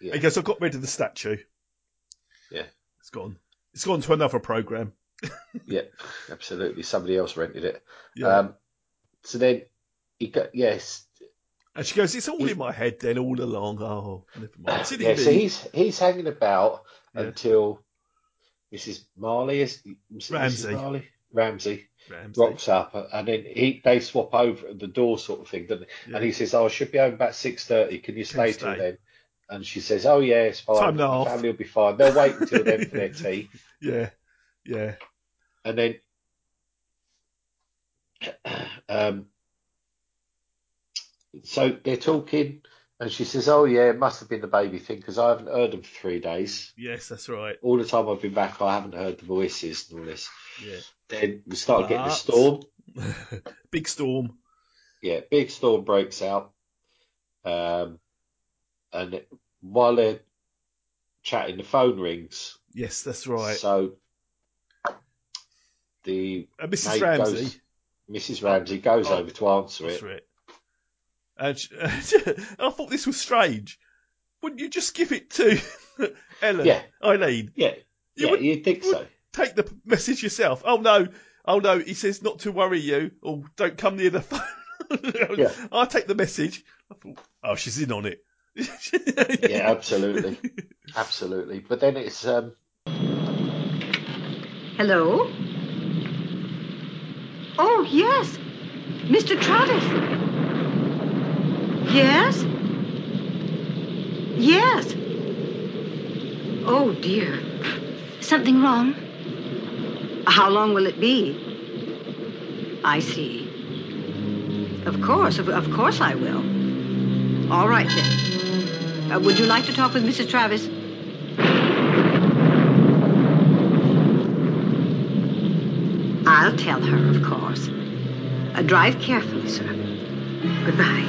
C: Yeah.
B: He goes, "I got rid of the statue.
C: Yeah.
B: it's gone. It's gone to another program."
C: Yeah, absolutely. Somebody else rented it.
B: Yeah,
C: Um, so then he got yes,
B: and she goes, "It's all
C: he-
B: in my head then, all along." Oh, never mind. Silly
C: yeah. So
B: me.
C: he's he's hanging about
B: Yeah.
C: until Mrs. Marley is was it
B: Ramsey.
C: Mrs. Marley Ramsey
B: Ramsey.
C: rocks up, and then he they swap over at the door sort of thing, doesn't they?
B: Yeah.
C: And he says, "Oh, I should be home about six thirty. Can you stay till
B: stay.
C: then?" And she says, "Oh yeah, it's fine.
B: Time and a
C: The
B: half."
C: family will be fine. They'll wait until then
B: [laughs]
C: for their tea."
B: Yeah, yeah.
C: and then [clears throat] um, so they're talking, and she says, "Oh yeah, it must have been the baby thing because I haven't heard them for three days.
B: Yes, that's right.
C: All the time I've been back, I haven't heard the voices and all this."
B: Yeah. [laughs]
C: Then we start getting a
B: But-
C: storm.
B: Big storm.
C: Yeah, big storm breaks out, um, and while they're chatting, the phone rings.
B: Yes, that's right.
C: So the
B: and Mrs.
C: mate
B: Ramsey.
C: goes, Mrs. Ramsey goes
B: Oh,
C: over to answer
B: That's
C: it.
B: right. [laughs] And, she- I thought this was strange. Wouldn't you just give it to [laughs] Ellen,
C: Yeah.
B: Eileen,
C: Yeah,
B: You
C: yeah,
B: would-
C: you'd think so.
B: take the message yourself. Oh no, oh no, he says not to worry you, or don't come near the [laughs] phone.
C: Yeah.
B: I take the message. I thought, oh, she's in on it.
C: [laughs] Yeah, absolutely, absolutely. But then it's um,
G: Hello? Oh, yes. Mr. Travis. Yes? Yes. Oh, dear.
F: Something wrong?
G: How long will it be? I see. Of course, of, of course I will. All right then. Uh, would you like to talk with Mrs. Travis? I'll tell her, of course. Uh, drive carefully, sir. Goodbye.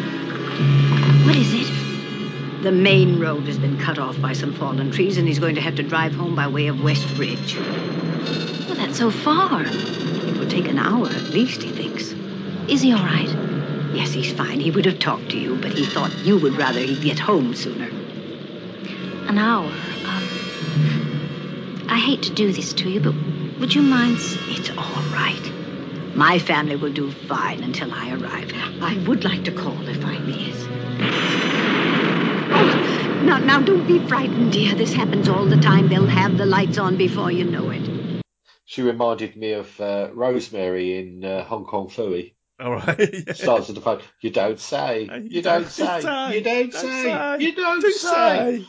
F: What is it?
G: The main road has been cut off by some fallen trees, and he's going to have to drive home by way of West Ridge.
F: Well, that's so far.
G: It will take an hour at least, he thinks.
F: Is he all right?
G: Yes, he's fine. He would have talked to you, but he thought you would rather he'd get home sooner.
F: An hour. Um, I hate to do this to you, but would you mind? s-
G: It's all right. My family will do fine until I arrive. I would like to call if I may. Oh, now, now don't be frightened, dear. This happens all the time. They'll have the lights on before you know it.
C: she reminded me of uh, Rosemary in uh, Hong Kong Fooey.
B: [laughs] All right. [laughs] yeah.
C: Starts at the phone. You don't say.
B: Uh,
C: You, don't, say. You don't, say. You don't, say.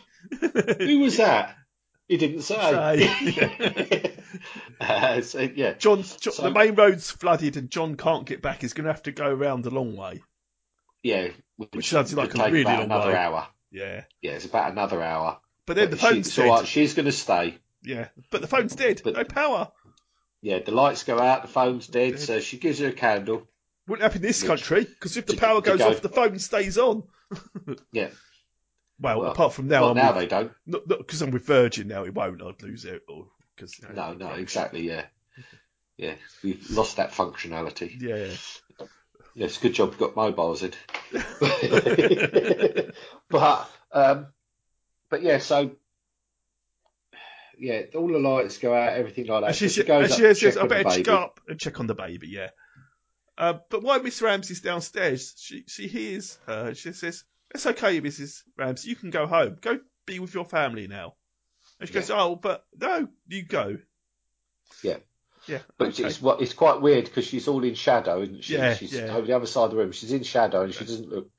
C: Who was that? He didn't say.
B: Say.
C: [laughs]
B: [laughs]
C: Uh, so, yeah.
B: John's John,
C: So-
B: the main road's flooded and John can't get back. He's going to have to go around the long way.
C: Yeah.
B: Which sounds like
C: would
B: a
C: take
B: really
C: about
B: long
C: another
B: way.
C: hour.
B: Yeah,
C: Yeah, it's about another hour.
B: but then the
C: But she-
B: phone's
C: it's
B: dead.
C: all right, She's going to stay.
B: Yeah, but the phone's dead.
C: But-
B: no power.
C: Yeah, the lights go out, the phone's dead, so she gives her a candle.
B: Wouldn't happen in this
C: Which-
B: country because if the
C: to-
B: power
C: to
B: goes
C: go-
B: off, the phone stays on. [laughs]
C: Yeah.
B: Well,
C: Well,
B: apart from now,
C: Well,
B: I'm
C: now
B: with,
C: they don't.
B: not because I'm with Virgin now. It won't. I'd lose it. Or because
C: No, no, exactly. Yeah. Yeah. We've lost that functionality.
B: Yeah,
C: Yeah, it's a good job we got
B: [laughs]
C: mobiles in. but um, but yeah, so yeah, all the lights go out, everything like that.
B: and she,
C: So she
B: she,
C: goes
B: and
C: up
B: she
C: to
B: says,
C: check
B: "I
C: on the
B: better
C: baby.
B: just go up and check on the baby." Yeah. Uh, but while Miss Ramsey's downstairs, she she hears her. and She says, "It's okay, Mrs. Ramsey. You can go home. Go be with your family now." And she goes, "Oh, but no, you go."
C: Yeah.
B: Yeah.
C: But
B: okay.
C: it's what it's quite weird because she's all in shadow, isn't she?
B: Yeah,
C: she's
B: yeah.
C: over the other side of the room. She's in shadow and she doesn't look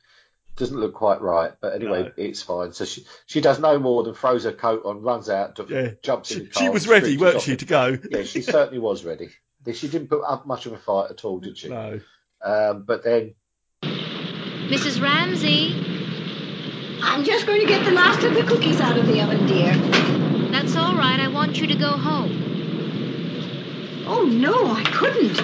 C: doesn't look quite right. But anyway,
B: No.
C: it's fine. So she she does no more than throws her coat on, runs out, to,
B: Yeah.
C: jumps in
B: She,
C: the car.
B: she
C: and
B: was ready,
C: screeches
B: weren't
C: off
B: she,
C: and-
B: to go?
C: yeah,
B: [laughs]
C: she certainly was ready. She didn't put up much of a fight at all, did she?
B: No.
C: Um, but then,
F: Mrs. Ramsey,
G: I'm just going to get the last of the cookies out of the oven, dear.
F: that's all right. I want you to go home.
G: Oh, no, I couldn't.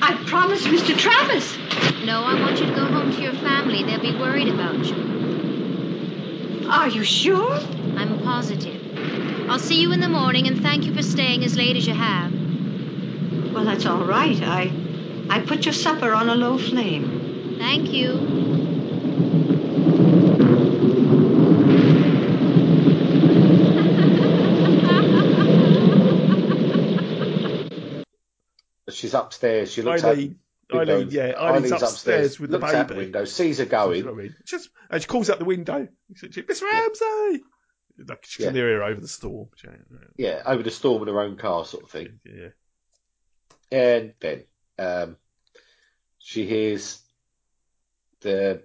G: I promised Mr. Travis.
F: No, I want you to go home to your family. They'll be worried about you.
G: Are you sure?
F: I'm positive. I'll see you in the morning and thank you for staying as late as you have.
G: Well, that's all right. I I put your supper on a low flame.
F: Thank you.
C: She's upstairs. She looks
B: Eileen,
C: out the window.
B: Eileen, yeah, Eileen's upstairs, with the
C: looks out the
B: baby.
C: window, sees her
B: You know
C: going.
B: what I mean? Just and she calls out the window. She- she- Miss Ramsey, like she can
C: Yeah.
B: hear her over the storm. She-
C: Yeah, over the storm in her own car, sort of thing.
B: Yeah,
C: And then um, she hears the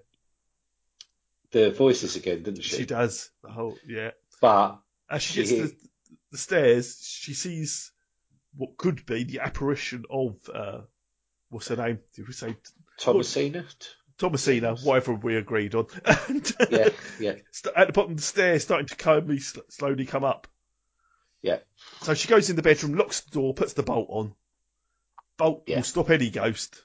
C: the voices again, doesn't she?
B: she does the whole. Yeah,
C: But
B: as she
C: She
B: gets
C: hears-
B: the, the stairs, she sees what could be the apparition of uh, what's her name? Did we say
C: Thomasina, t-
B: Thomasina? Whatever we agreed on. [laughs] and, [laughs]
C: yeah, yeah,
B: st- at the bottom of the stairs, starting to slowly, slowly come up.
C: yeah,
B: So she goes in the bedroom, locks the door, puts the bolt on. Bolt
C: Yeah.
B: will stop any ghost.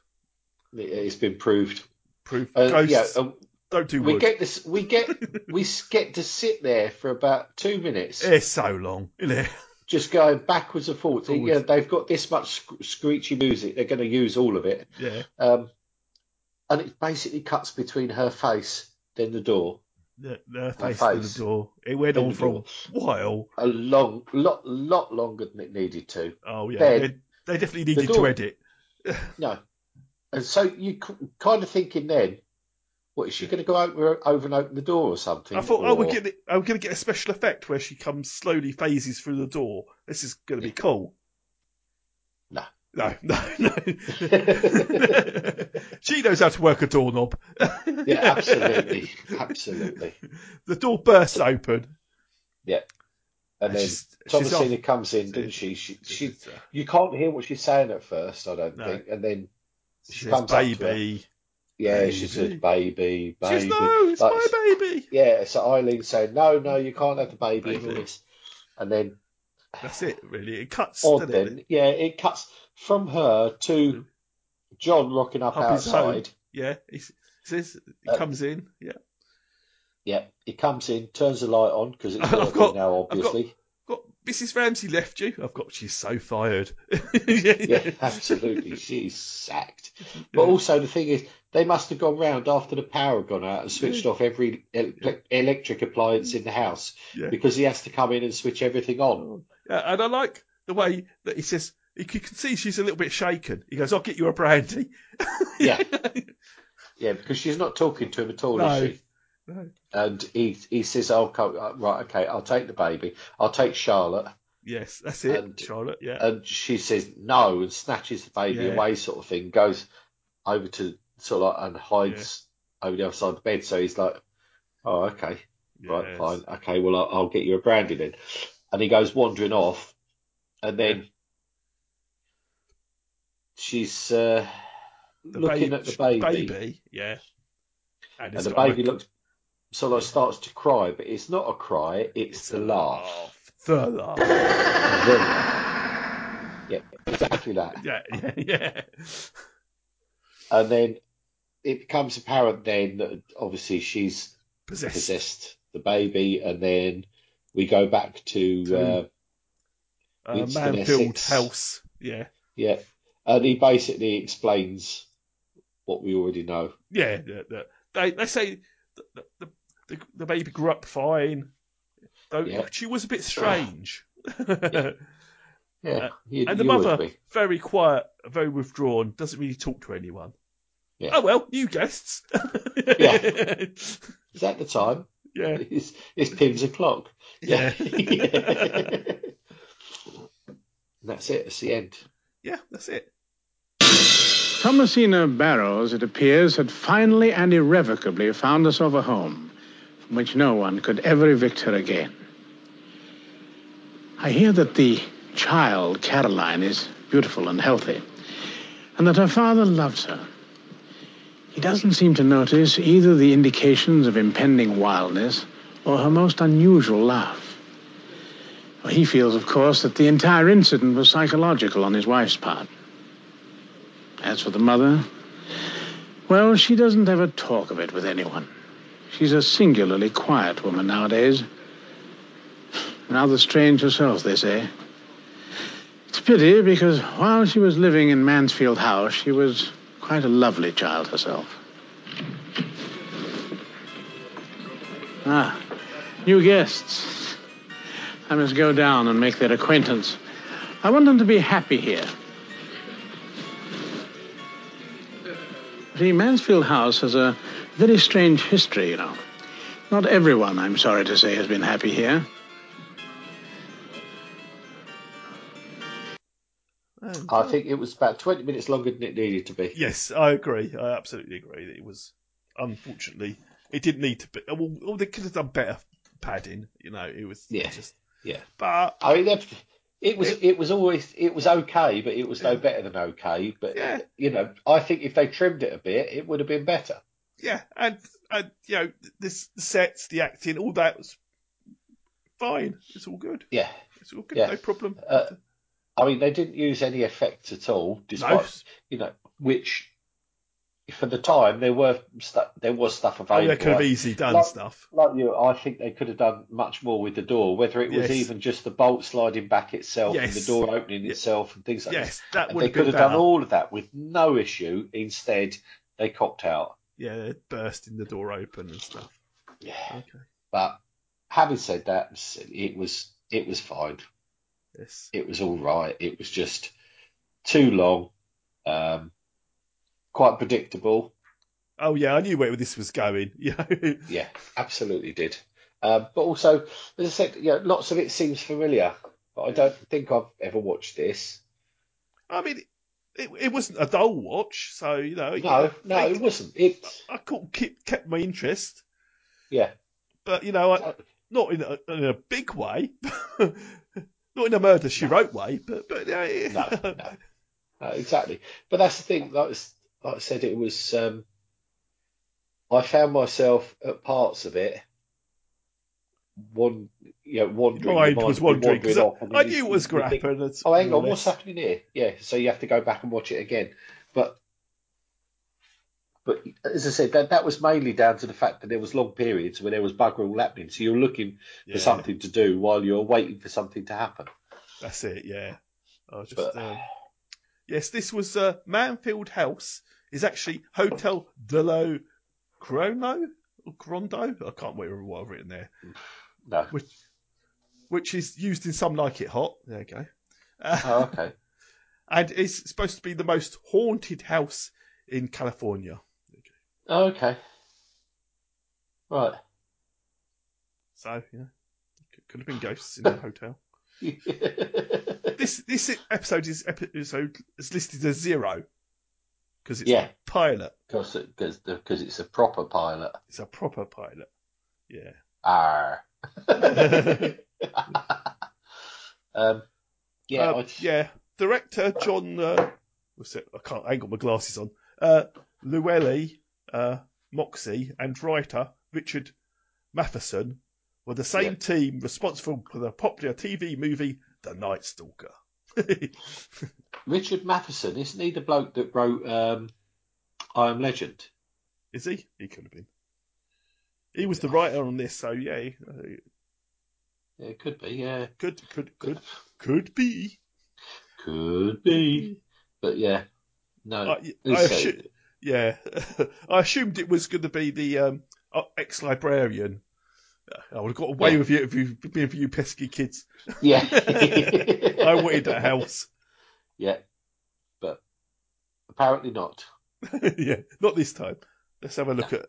C: It- it's been proved.
B: Proof
C: Uh,
B: ghosts
C: yeah, uh,
B: don't do
C: we
B: wood.
C: get this. We get we s- get to sit there for about two minutes.
B: It's so long, isn't it?
C: just going backwards and forwards.
B: Forwards.
C: Yeah, they've got this much sc- screechy music. They're going to use all of it.
B: [laughs] Yeah,
C: Um, and it basically cuts between her face, then the door,
B: the, the
C: Her
B: face to the
C: face.
B: door. It went
C: In
B: on
C: the
B: for a
C: door.
B: while.
C: A long, lot, lot longer than it needed to.
B: Oh yeah,
C: Then-
B: they, they definitely needed to
C: door-
B: edit.
C: No. And so you kind of thinking then, what is she going to go over, over and open the door or something?
B: I thought, oh, we're
C: Or-
B: getting, it- I'm going to get a special effect where she comes slowly, phases through the door. This is going to be cool.
C: No.
B: No, [laughs] no,
C: [laughs]
B: no. she knows how to work a doorknob.
C: [laughs] Yeah, absolutely, absolutely.
B: [laughs] The door bursts open.
C: And then
B: She's- she's off. uh,
C: Thomasina comes in, doesn't she? She, she? You can't hear what she's saying at first, I don't
B: No.
C: think. And then
B: She
C: she
B: says,
C: comes up to
B: baby.
C: Yeah, she says, baby,
B: She
C: baby.
B: says, no, it's
C: Like,
B: my baby.
C: Yeah, so Eileen saying, no, no, you can't have the baby and all
B: Baby.
C: this. And then,
B: That's it, really. It cuts.
C: odd
B: doesn't it? Mm-hmm.
C: then, yeah, it cuts from her to John rocking up,
B: Up his
C: outside.
B: Yeah. He s- says, he
C: Uh,
B: comes in. Yeah.
C: Yeah, he comes in, turns the light on because
B: [laughs]
C: it's
B: I've
C: working
B: got-
C: now,
B: I've got- [laughs]
C: obviously.
B: Got Mrs. Ramsey left you. I've got. She's so fired.
C: [laughs] Yeah, absolutely.
B: [laughs]
C: She's sacked. But also, the thing is, they must have gone round after the power had gone out and switched off every ele- electric appliance in the house
B: Yeah. Oh.
C: because he has to come in and switch everything on.
B: Yeah, and I like the way that he says, you can see she's a little bit shaken. He goes, I'll get you a brandy.
C: Yeah. Yeah, because she's not talking to him at all,
B: No.
C: is she?
B: No.
C: And he he says, "I'll come uh, right, okay. I'll take the baby. I'll take Charlotte."
B: yes, that's it,
C: And- uh,
B: Charlotte. Yeah.
C: And she says no and snatches the baby
B: Yeah.
C: away, sort of thing. Goes over to sort of like, and hides over the other side of the bed. So he's like, "Oh, okay, right,
B: Yes.
C: fine, okay. Well, I'll, I'll get you a brandy then." And he goes wandering off, and then she's uh,
B: The
C: looking
B: ba-
C: at the baby,
B: Yeah.
C: and
B: it's
C: the
B: got a-
C: baby looks sort of starts to cry, but it's not a cry; it's, the laugh.
B: The laugh. [laughs]
C: The laugh. Yeah, exactly that.
B: Yeah, yeah, yeah.
C: And then it becomes apparent then that obviously she's
B: Possessed.
C: possessed the baby, and then we go back to uh,
B: Uh,
C: Winston
B: Manfield
C: Essex.
B: House. Yeah.
C: yeah, and he basically explains what we already know.
B: Yeah. The, the, they, they say the, the, the, the baby grew up fine. Though
C: Yeah.
B: she was a bit strange. [laughs]
C: Yeah,
B: Uh,
C: you,
B: And the
C: you would
B: mother,
C: be.
B: very quiet, very withdrawn, doesn't really talk to anyone.
C: Yeah.
B: Oh well, you guests.
C: Yeah. Is that the time?
B: [laughs] yeah.
C: It's, it's pins o'clock.
B: Yeah.
C: [laughs] And That's it. That's the end.
B: Yeah, that's it.
D: Thomasina Barrows, it appears, had finally and irrevocably found herself a home from which no one could ever evict her again. I hear that the child, Caroline, is beautiful and healthy, and that her father loves her. He doesn't seem to notice either the indications of impending wildness or her most unusual laugh. He feels, of course, that the entire incident was psychological on his wife's part. As for the mother, well, she doesn't ever talk of it with anyone. She's a singularly quiet woman nowadays. Rather strange herself, they say. It's a pity because while she was living in Mansfield House, she was quite a lovely child herself. Ah, new guests. I must go down and make their acquaintance. I want them to be happy here. The Mansfield House has a very strange history, you know. Not everyone, I'm sorry to say, has been happy here.
C: I think it was about 20 minutes longer than it needed to be.
B: Yes, I agree. I absolutely agree that it was unfortunately it didn't need to be. Well, well, they could have done better padding. You know, it was
C: Yeah.
B: just
C: Yeah.
B: But
C: I mean, that- it was it was always it was okay, but it was no better than okay. But
B: Yeah.
C: you know, I think if they trimmed it a bit, it would have been better.
B: yeah, and and you know, this the sets, the acting, all that was fine. It's all good.
C: Yeah,
B: It's all good.
C: Yeah.
B: No problem.
C: uh, I mean, they didn't use any effects at all, despite you know, which for the time there were stu- there was stuff
B: I mean,
C: available.
B: they Oh, could have easily done
C: Like-
B: stuff.
C: like you, I think they could have done much more with the door. Whether it was
B: Yes.
C: even just the bolt sliding back itself and the
B: Yes.
C: door opening itself and things like that.
B: Yes, that
C: And
B: would
C: they
B: have
C: could
B: been
C: have
B: better.
C: done all of that with no issue. Instead, they copped out.
B: yeah, bursting the door open and stuff.
C: Yeah.
B: Okay.
C: But having said that, it was it was fine.
B: Yes.
C: It was all right. It was just too long, um, quite predictable.
B: Oh yeah, I knew where this was going. [laughs] Yeah.
C: Yeah, absolutely did. Um, but also, as I said, you know, lots of it seems familiar, but I don't think I've ever watched this.
B: I mean, it, it wasn't a dull watch, so you know.
C: No, no,
B: I-
C: it wasn't. It,
B: I caught, kept, kept my interest,
C: yeah,
B: but you know, I, not in a, in a big way, [laughs] not in a murder she wrote way, but but yeah, it-
C: no, no, no, exactly. But that's the thing. Like, I s- like I said, it was. Um, I found myself at parts of it, one, you know, wandering.
B: mind
C: your
B: was
C: would be
B: wandering. 'cause
C: off,
B: I,
C: and
B: I
C: then
B: knew
C: you'd-
B: it was
C: you'd
B: going to
C: think,
B: happen. it's
C: Oh, hang
B: more
C: on,
B: or
C: what's
B: less.
C: happening here? Yeah, so you have to go back and watch it again. But but as I said, that that was mainly down to the fact that there was long periods where there was bugger all happening. So you're looking for
B: Yeah.
C: something to do while you're waiting for something to happen.
B: That's it, yeah. I was just
C: But-
B: um, yes, this was uh, Manfield House is actually Hotel de lo Crono or Crondo. I can't remember what I've written there,
C: No.
B: which is used in some like it hot. There you go. Uh,
C: Oh, okay.
B: and it's supposed to be the most haunted house in California.
C: Oh, okay. Right. [laughs]
B: So yeah, could- could have been ghosts in a hotel. This this episode is episode is listed as zero because it's
C: yeah,
B: a pilot.
C: because because it's a proper pilot.
B: It's a proper pilot. Yeah.
C: Ah. [laughs] um, yeah,
B: Uh,
C: I,
B: yeah. Director John. Uh, what's it? I can't. I ain't got my glasses on. Uh, Llewellyn uh, Moxie and writer Richard Matheson were the same
C: Yeah.
B: team responsible for the popular TV movie The Night Stalker. [laughs]
C: Richard Matheson isn't he the bloke that wrote um, I Am Legend?
B: Is he? He could have been. He was the writer on this, so yeah, he- uh,
C: Yeah, it could be. Yeah.
B: could could could could be.
C: Could be. But yeah. No.
B: I, I
C: it's, uh,
B: assu- yeah, [laughs] I assumed it was going to be the um, uh, ex-librarian. I would have got away
C: Yeah.
B: with it if you've been for you pesky kids.
C: [laughs] yeah.
B: I wanted that house.
C: [laughs]
B: [laughs]
C: Yeah. But apparently not.
B: yeah, not this time. Let's have a look at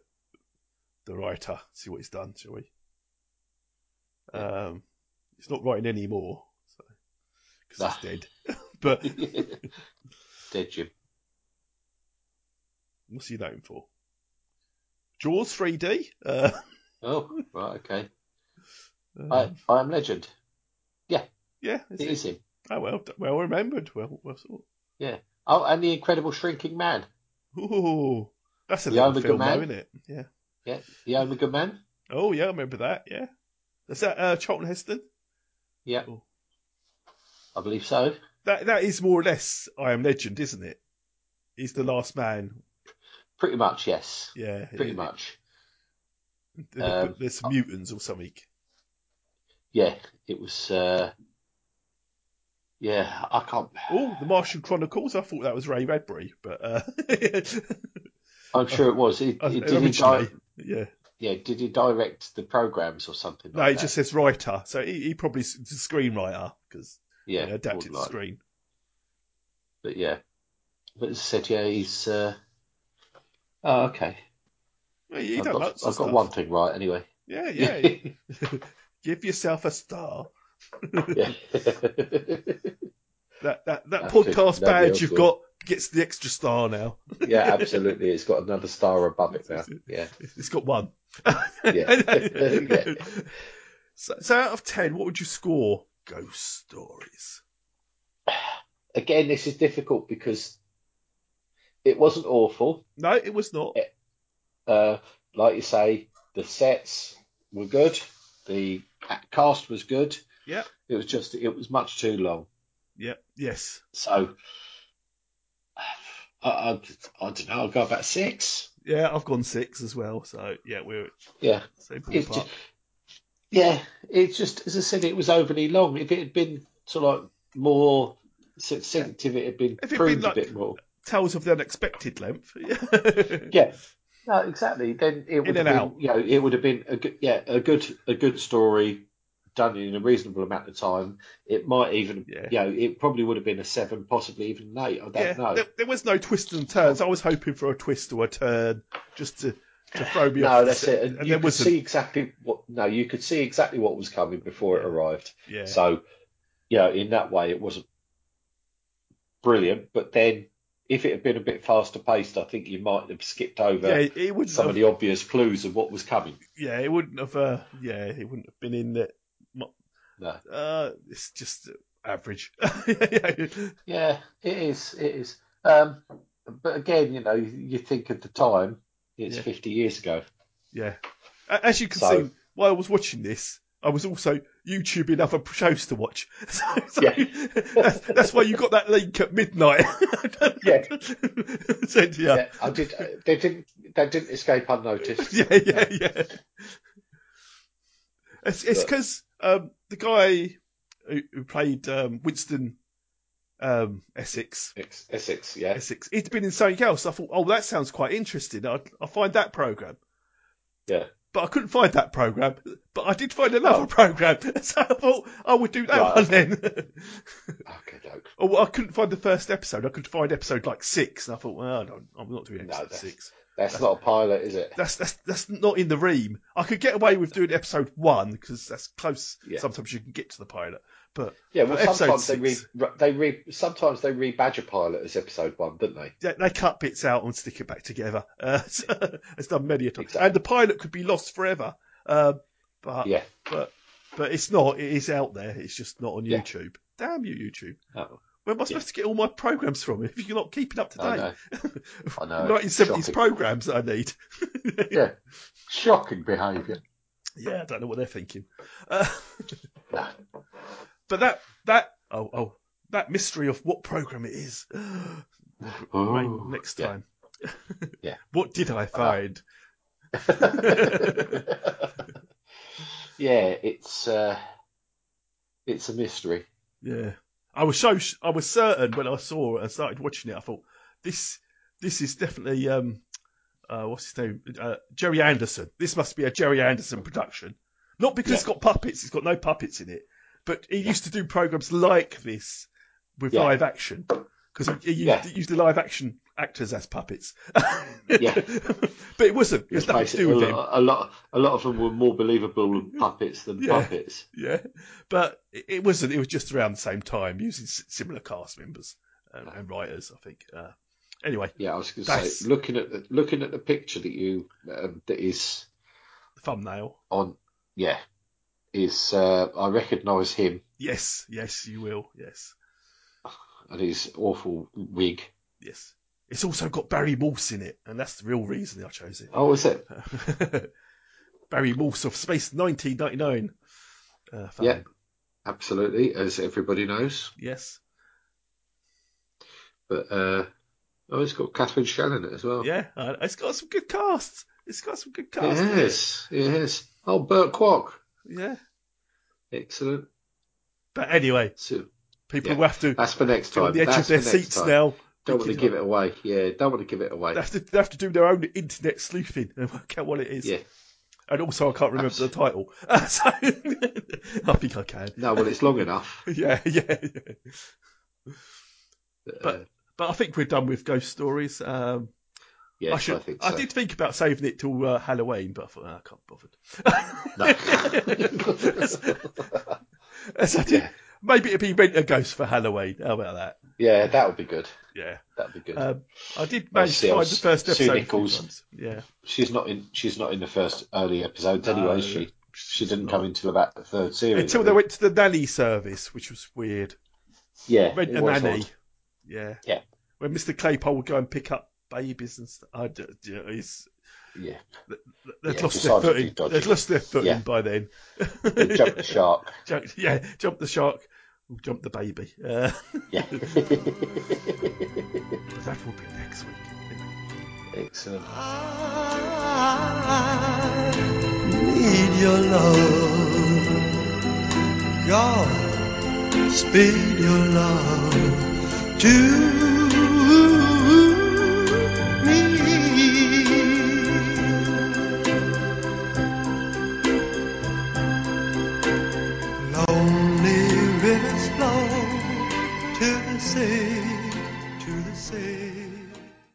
B: the writer. See what he's done, shall we? Um, he's not writing anymore, so because
C: Ah.
B: he's dead. [laughs]
C: [laughs]
B: but
C: Dead Jim.
B: what's he known for? Jaws 3D. Uh,
C: Oh, right, okay.
B: uh,
C: I, I am legend.
B: yeah,
C: It is him.
B: Oh well, d- well remembered. Well, well thought.
C: Oh, and the incredible shrinking man.
B: Ooh, that's a
C: The
B: little
C: Omega
B: film,
C: Man.
B: though, isn't it? Yeah.
C: Yeah. The
B: Mm.
C: Omega Man.
B: Oh yeah, I remember that. Yeah. Is that uh, Charlton Heston?
C: Yeah.
B: Cool.
C: I believe so.
B: That that is more or less I Am Legend, isn't it? He's the last man.
C: Pretty much, yes.
B: Yeah.
C: Pretty
B: he-
C: much.
B: There's,
C: Um,
B: there's some mutants or something.
C: Yeah. It was uh yeah, I can't
B: Oh, the Martian Chronicles. I thought that was Ray Bradbury, but uh, [laughs]
C: I'm sure it was. It, it, did he
B: originally,
C: di-
B: yeah.
C: yeah, did he direct the programs or something
B: No, it
C: like that?
B: just says writer, so he, he probably is a screenwriter because
C: yeah,
B: adapted
C: wouldn't
B: to
C: like-
B: screen.
C: But yeah, but as I said, yeah, he's. Uh... Oh, okay.
B: Well, you
C: I've
B: done
C: got,
B: lots of
C: I've got
B: stuff.
C: one thing right anyway. [laughs]
B: Yeah, yeah. Give yourself a star.
C: yeah. [laughs]
B: That that, that
C: That's
B: podcast
C: it. That'd be
B: badge you've
C: helpful.
B: got gets the extra star now.
C: yeah, absolutely. It's got another star above it now. Yeah,
B: It's got one.
C: Yeah.
B: [laughs]
C: [laughs]
B: so, so out of ten, what would you score? Ghost stories.
C: again, this is difficult because it wasn't awful.
B: No, it was not.
C: Eh. Uh, like you say, the sets were good, the cast was good.
B: Yep.
C: It was just it was much too long.
B: Yep. Yes.
C: So [sighs] I, I, I don't know. I'll go about six.
B: Yeah, I've gone six as well. So yeah, we're at
C: Yeah,
B: the same
C: It's
B: ballpark.
C: ju- yeah. It's just as I said, it was overly long. If it had been sort of like more succinct, if it had been
B: If it'd been
C: pruned
B: like-
C: a bit more,
B: [laughs] Tales of the unexpected length. yeah.
C: yeah, No, exactly. Then it would
B: In
C: have
B: and
C: been,
B: out.
C: you know, it would have been a good, yeah, a good, a good story done in a reasonable amount of time. It might even,
B: Yeah.
C: you know, it probably would have been a seven, possibly even an eight. I don't
B: Yeah,
C: know.
B: there, there was no twists and turns. I was hoping for a twist or a turn just to, to throw me off.
C: No,
B: the
C: that's
B: scent.
C: it. And,
B: And
C: you
B: there
C: could
B: wasn't.
C: see exactly what. No, you could see exactly what was coming before it arrived.
B: Yeah.
C: So, you know, in that way, it wasn't brilliant. But then, if it had been a bit faster paced, I think you might have skipped over
B: yeah, it wouldn't
C: some
B: have,
C: of the obvious clues of what was coming.
B: yeah, it wouldn't have. Uh, yeah, it wouldn't have been in that.
C: No.
B: Uh, it's just average. [laughs] yeah,
C: Yeah, it is. It is. Um, but again, you know, you, you think at the time, it's
B: Yeah.
C: 50 years ago.
B: yeah. A- As you can
C: So-
B: see, while I was watching this, I was also YouTubing other shows to watch. [laughs] So, so
C: Yeah.
B: [laughs] that's, that's why you got that link at midnight. [laughs]
C: Yeah.
B: so, yeah.
C: Yeah, I did. uh, They didn't. They didn't escape
B: [laughs]
C: unnoticed.
B: yeah, yeah, yeah. It's it's
C: But-
B: because um, the guy who, who played um, Winston um, Essex,
C: Essex, Essex. Yeah.
B: Essex, he'd been in something else. I thought, oh, that sounds quite interesting. I'll, I'll find that program.
C: Yeah. Oh.
B: But I couldn't find that program. But I did find another program, [laughs] so I thought I would do that
C: Right,
B: one
C: okay.
B: then. [laughs]
C: Okay, doke.
B: oh, well, I couldn't find the first episode. I could find episode like six, and I thought, well, I don't, I'm not doing
C: No,
B: episode
C: that's-
B: six.
C: That's not a pilot, is it?
B: that's that's that's not in the ream. I could get away with doing episode one because that's close.
C: Yeah.
B: Sometimes you can get to the pilot, but
C: Yeah, well,
B: But episode
C: sometimes they re,
B: six.
C: they re, sometimes they rebadge a pilot as episode one, don't they?
B: they, they cut bits out and stick it back together. [laughs] Uh, so it's done many a time,
C: Exactly.
B: and the pilot could be lost forever. Um, but
C: yeah,
B: but but it's not. It is out there. It's just not on
C: Yeah.
B: YouTube. Damn you, YouTube.
C: Oh.
B: Where am I supposed to get all my programs from if you're not keeping up to
C: I
B: date?
C: know.
B: [laughs]
C: I know.
B: 1970s
C: Shocking.
B: programs that I need.
C: Yeah, shocking behaviour.
B: Yeah, I don't know what they're thinking. Uh,
C: No.
B: but that that oh oh that mystery of what program it is. [gasps] Right,
C: Ooh,
B: next
C: yeah.
B: time. [laughs]
C: Yeah. Uh,
B: What did I find?
C: [laughs] yeah, it's uh, it's a mystery.
B: Yeah. I was so I was certain when I saw it and started watching it. I thought this this is definitely um uh, what's his name uh, Jerry Anderson. This must be a Jerry Anderson production. Not because it's got puppets. It's got no puppets in it. But he used to do programs like this with
C: Yeah.
B: live action because he, he used,
C: Yeah.
B: he used the live action actors as puppets.
C: Yeah.
B: [laughs] but it wasn't. It was
C: Let's
B: nothing
C: face
B: to
C: it,
B: do with
C: a,
B: him.
C: lot, a lot, a lot of them were more believable than puppets than
B: Yeah.
C: puppets.
B: Yeah, but it it wasn't. It was just around the same time, using s- similar cast members and, and writers, I think. Uh, anyway,
C: Yeah, I was going to
B: That's-
C: say, looking at the, looking at the picture that you um, that is
B: the thumbnail.
C: on, yeah, is uh, I recognise him
B: Yes, yes, you will. Yes,
C: and his awful wig.
B: yes. It's also got Barry Morse in it, and that's the real reason I chose
C: Oh, is it?
B: it. [laughs] Barry Morse of Space 1999. Uh, fame.
C: Yeah. Absolutely, as everybody knows.
B: Yes.
C: But uh, oh, it's got Catherine Shannon in it as well.
B: Yeah. Uh, it's got some good casts. It's got some good casts. in it.
C: Yes, yes. Oh, Bert Kwok.
B: Yeah.
C: Excellent.
B: But anyway,
C: So
B: people
C: Yeah.
B: will have to
C: that's for next
B: be on
C: time.
B: the edge
C: That's
B: of their
C: for next
B: seats
C: time.
B: now.
C: Don't want to
B: thinking,
C: give it away. Yeah, don't want to give it away.
B: They have to they have to do their own internet sleuthing and work out what it is.
C: Yeah.
B: And also, I can't remember the title. [laughs] Uh, so I think I can.
C: No, well, it's long enough.
B: Yeah, yeah, yeah.
C: But, uh,
B: But- But I think we're done with ghost stories. Um,
C: yes,
B: I should. I,
C: think so.
B: did think about saving it till uh, Halloween, but I thought, "Ah, I can't be [laughs] bothered.
C: [laughs] No.
B: As I did.
C: yeah,
B: Maybe it'd be rent a ghost for Halloween. How about that?
C: yeah, that would be good.
B: Yeah.
C: That would be good.
B: Um, I did
C: Well,
B: manage
C: see,
B: to
C: I
B: find
C: was
B: the first
C: Sue
B: episode. a few
C: Nichols.
B: times. Yeah.
C: she's not in. She's not in the first early episodes anyway.
B: No,
C: she she didn't come into about the third series.
B: Until
C: I
B: they
C: think.
B: went to the nanny service, which was weird.
C: yeah,
B: Rent
C: it
B: a
C: was
B: nanny.
C: odd.
B: Yeah.
C: Yeah.
B: When Mr. Claypole would go and pick up babies and stuff. I don't, you know, it's,
C: Yeah,
B: they'd
C: Yeah,
B: lost their
C: decided to
B: footing.
C: dodge
B: They'd
C: it.
B: lost their footing
C: Yeah.
B: by then.
C: they jumped the shark.
B: Jumped- yeah, [laughs] jump the shark. Or jump the baby. Uh, [laughs]
C: Yeah. [laughs]
B: that will be next week.
C: Excellent.
I: need your love. God, speed your love to me.
B: sea, to the sea.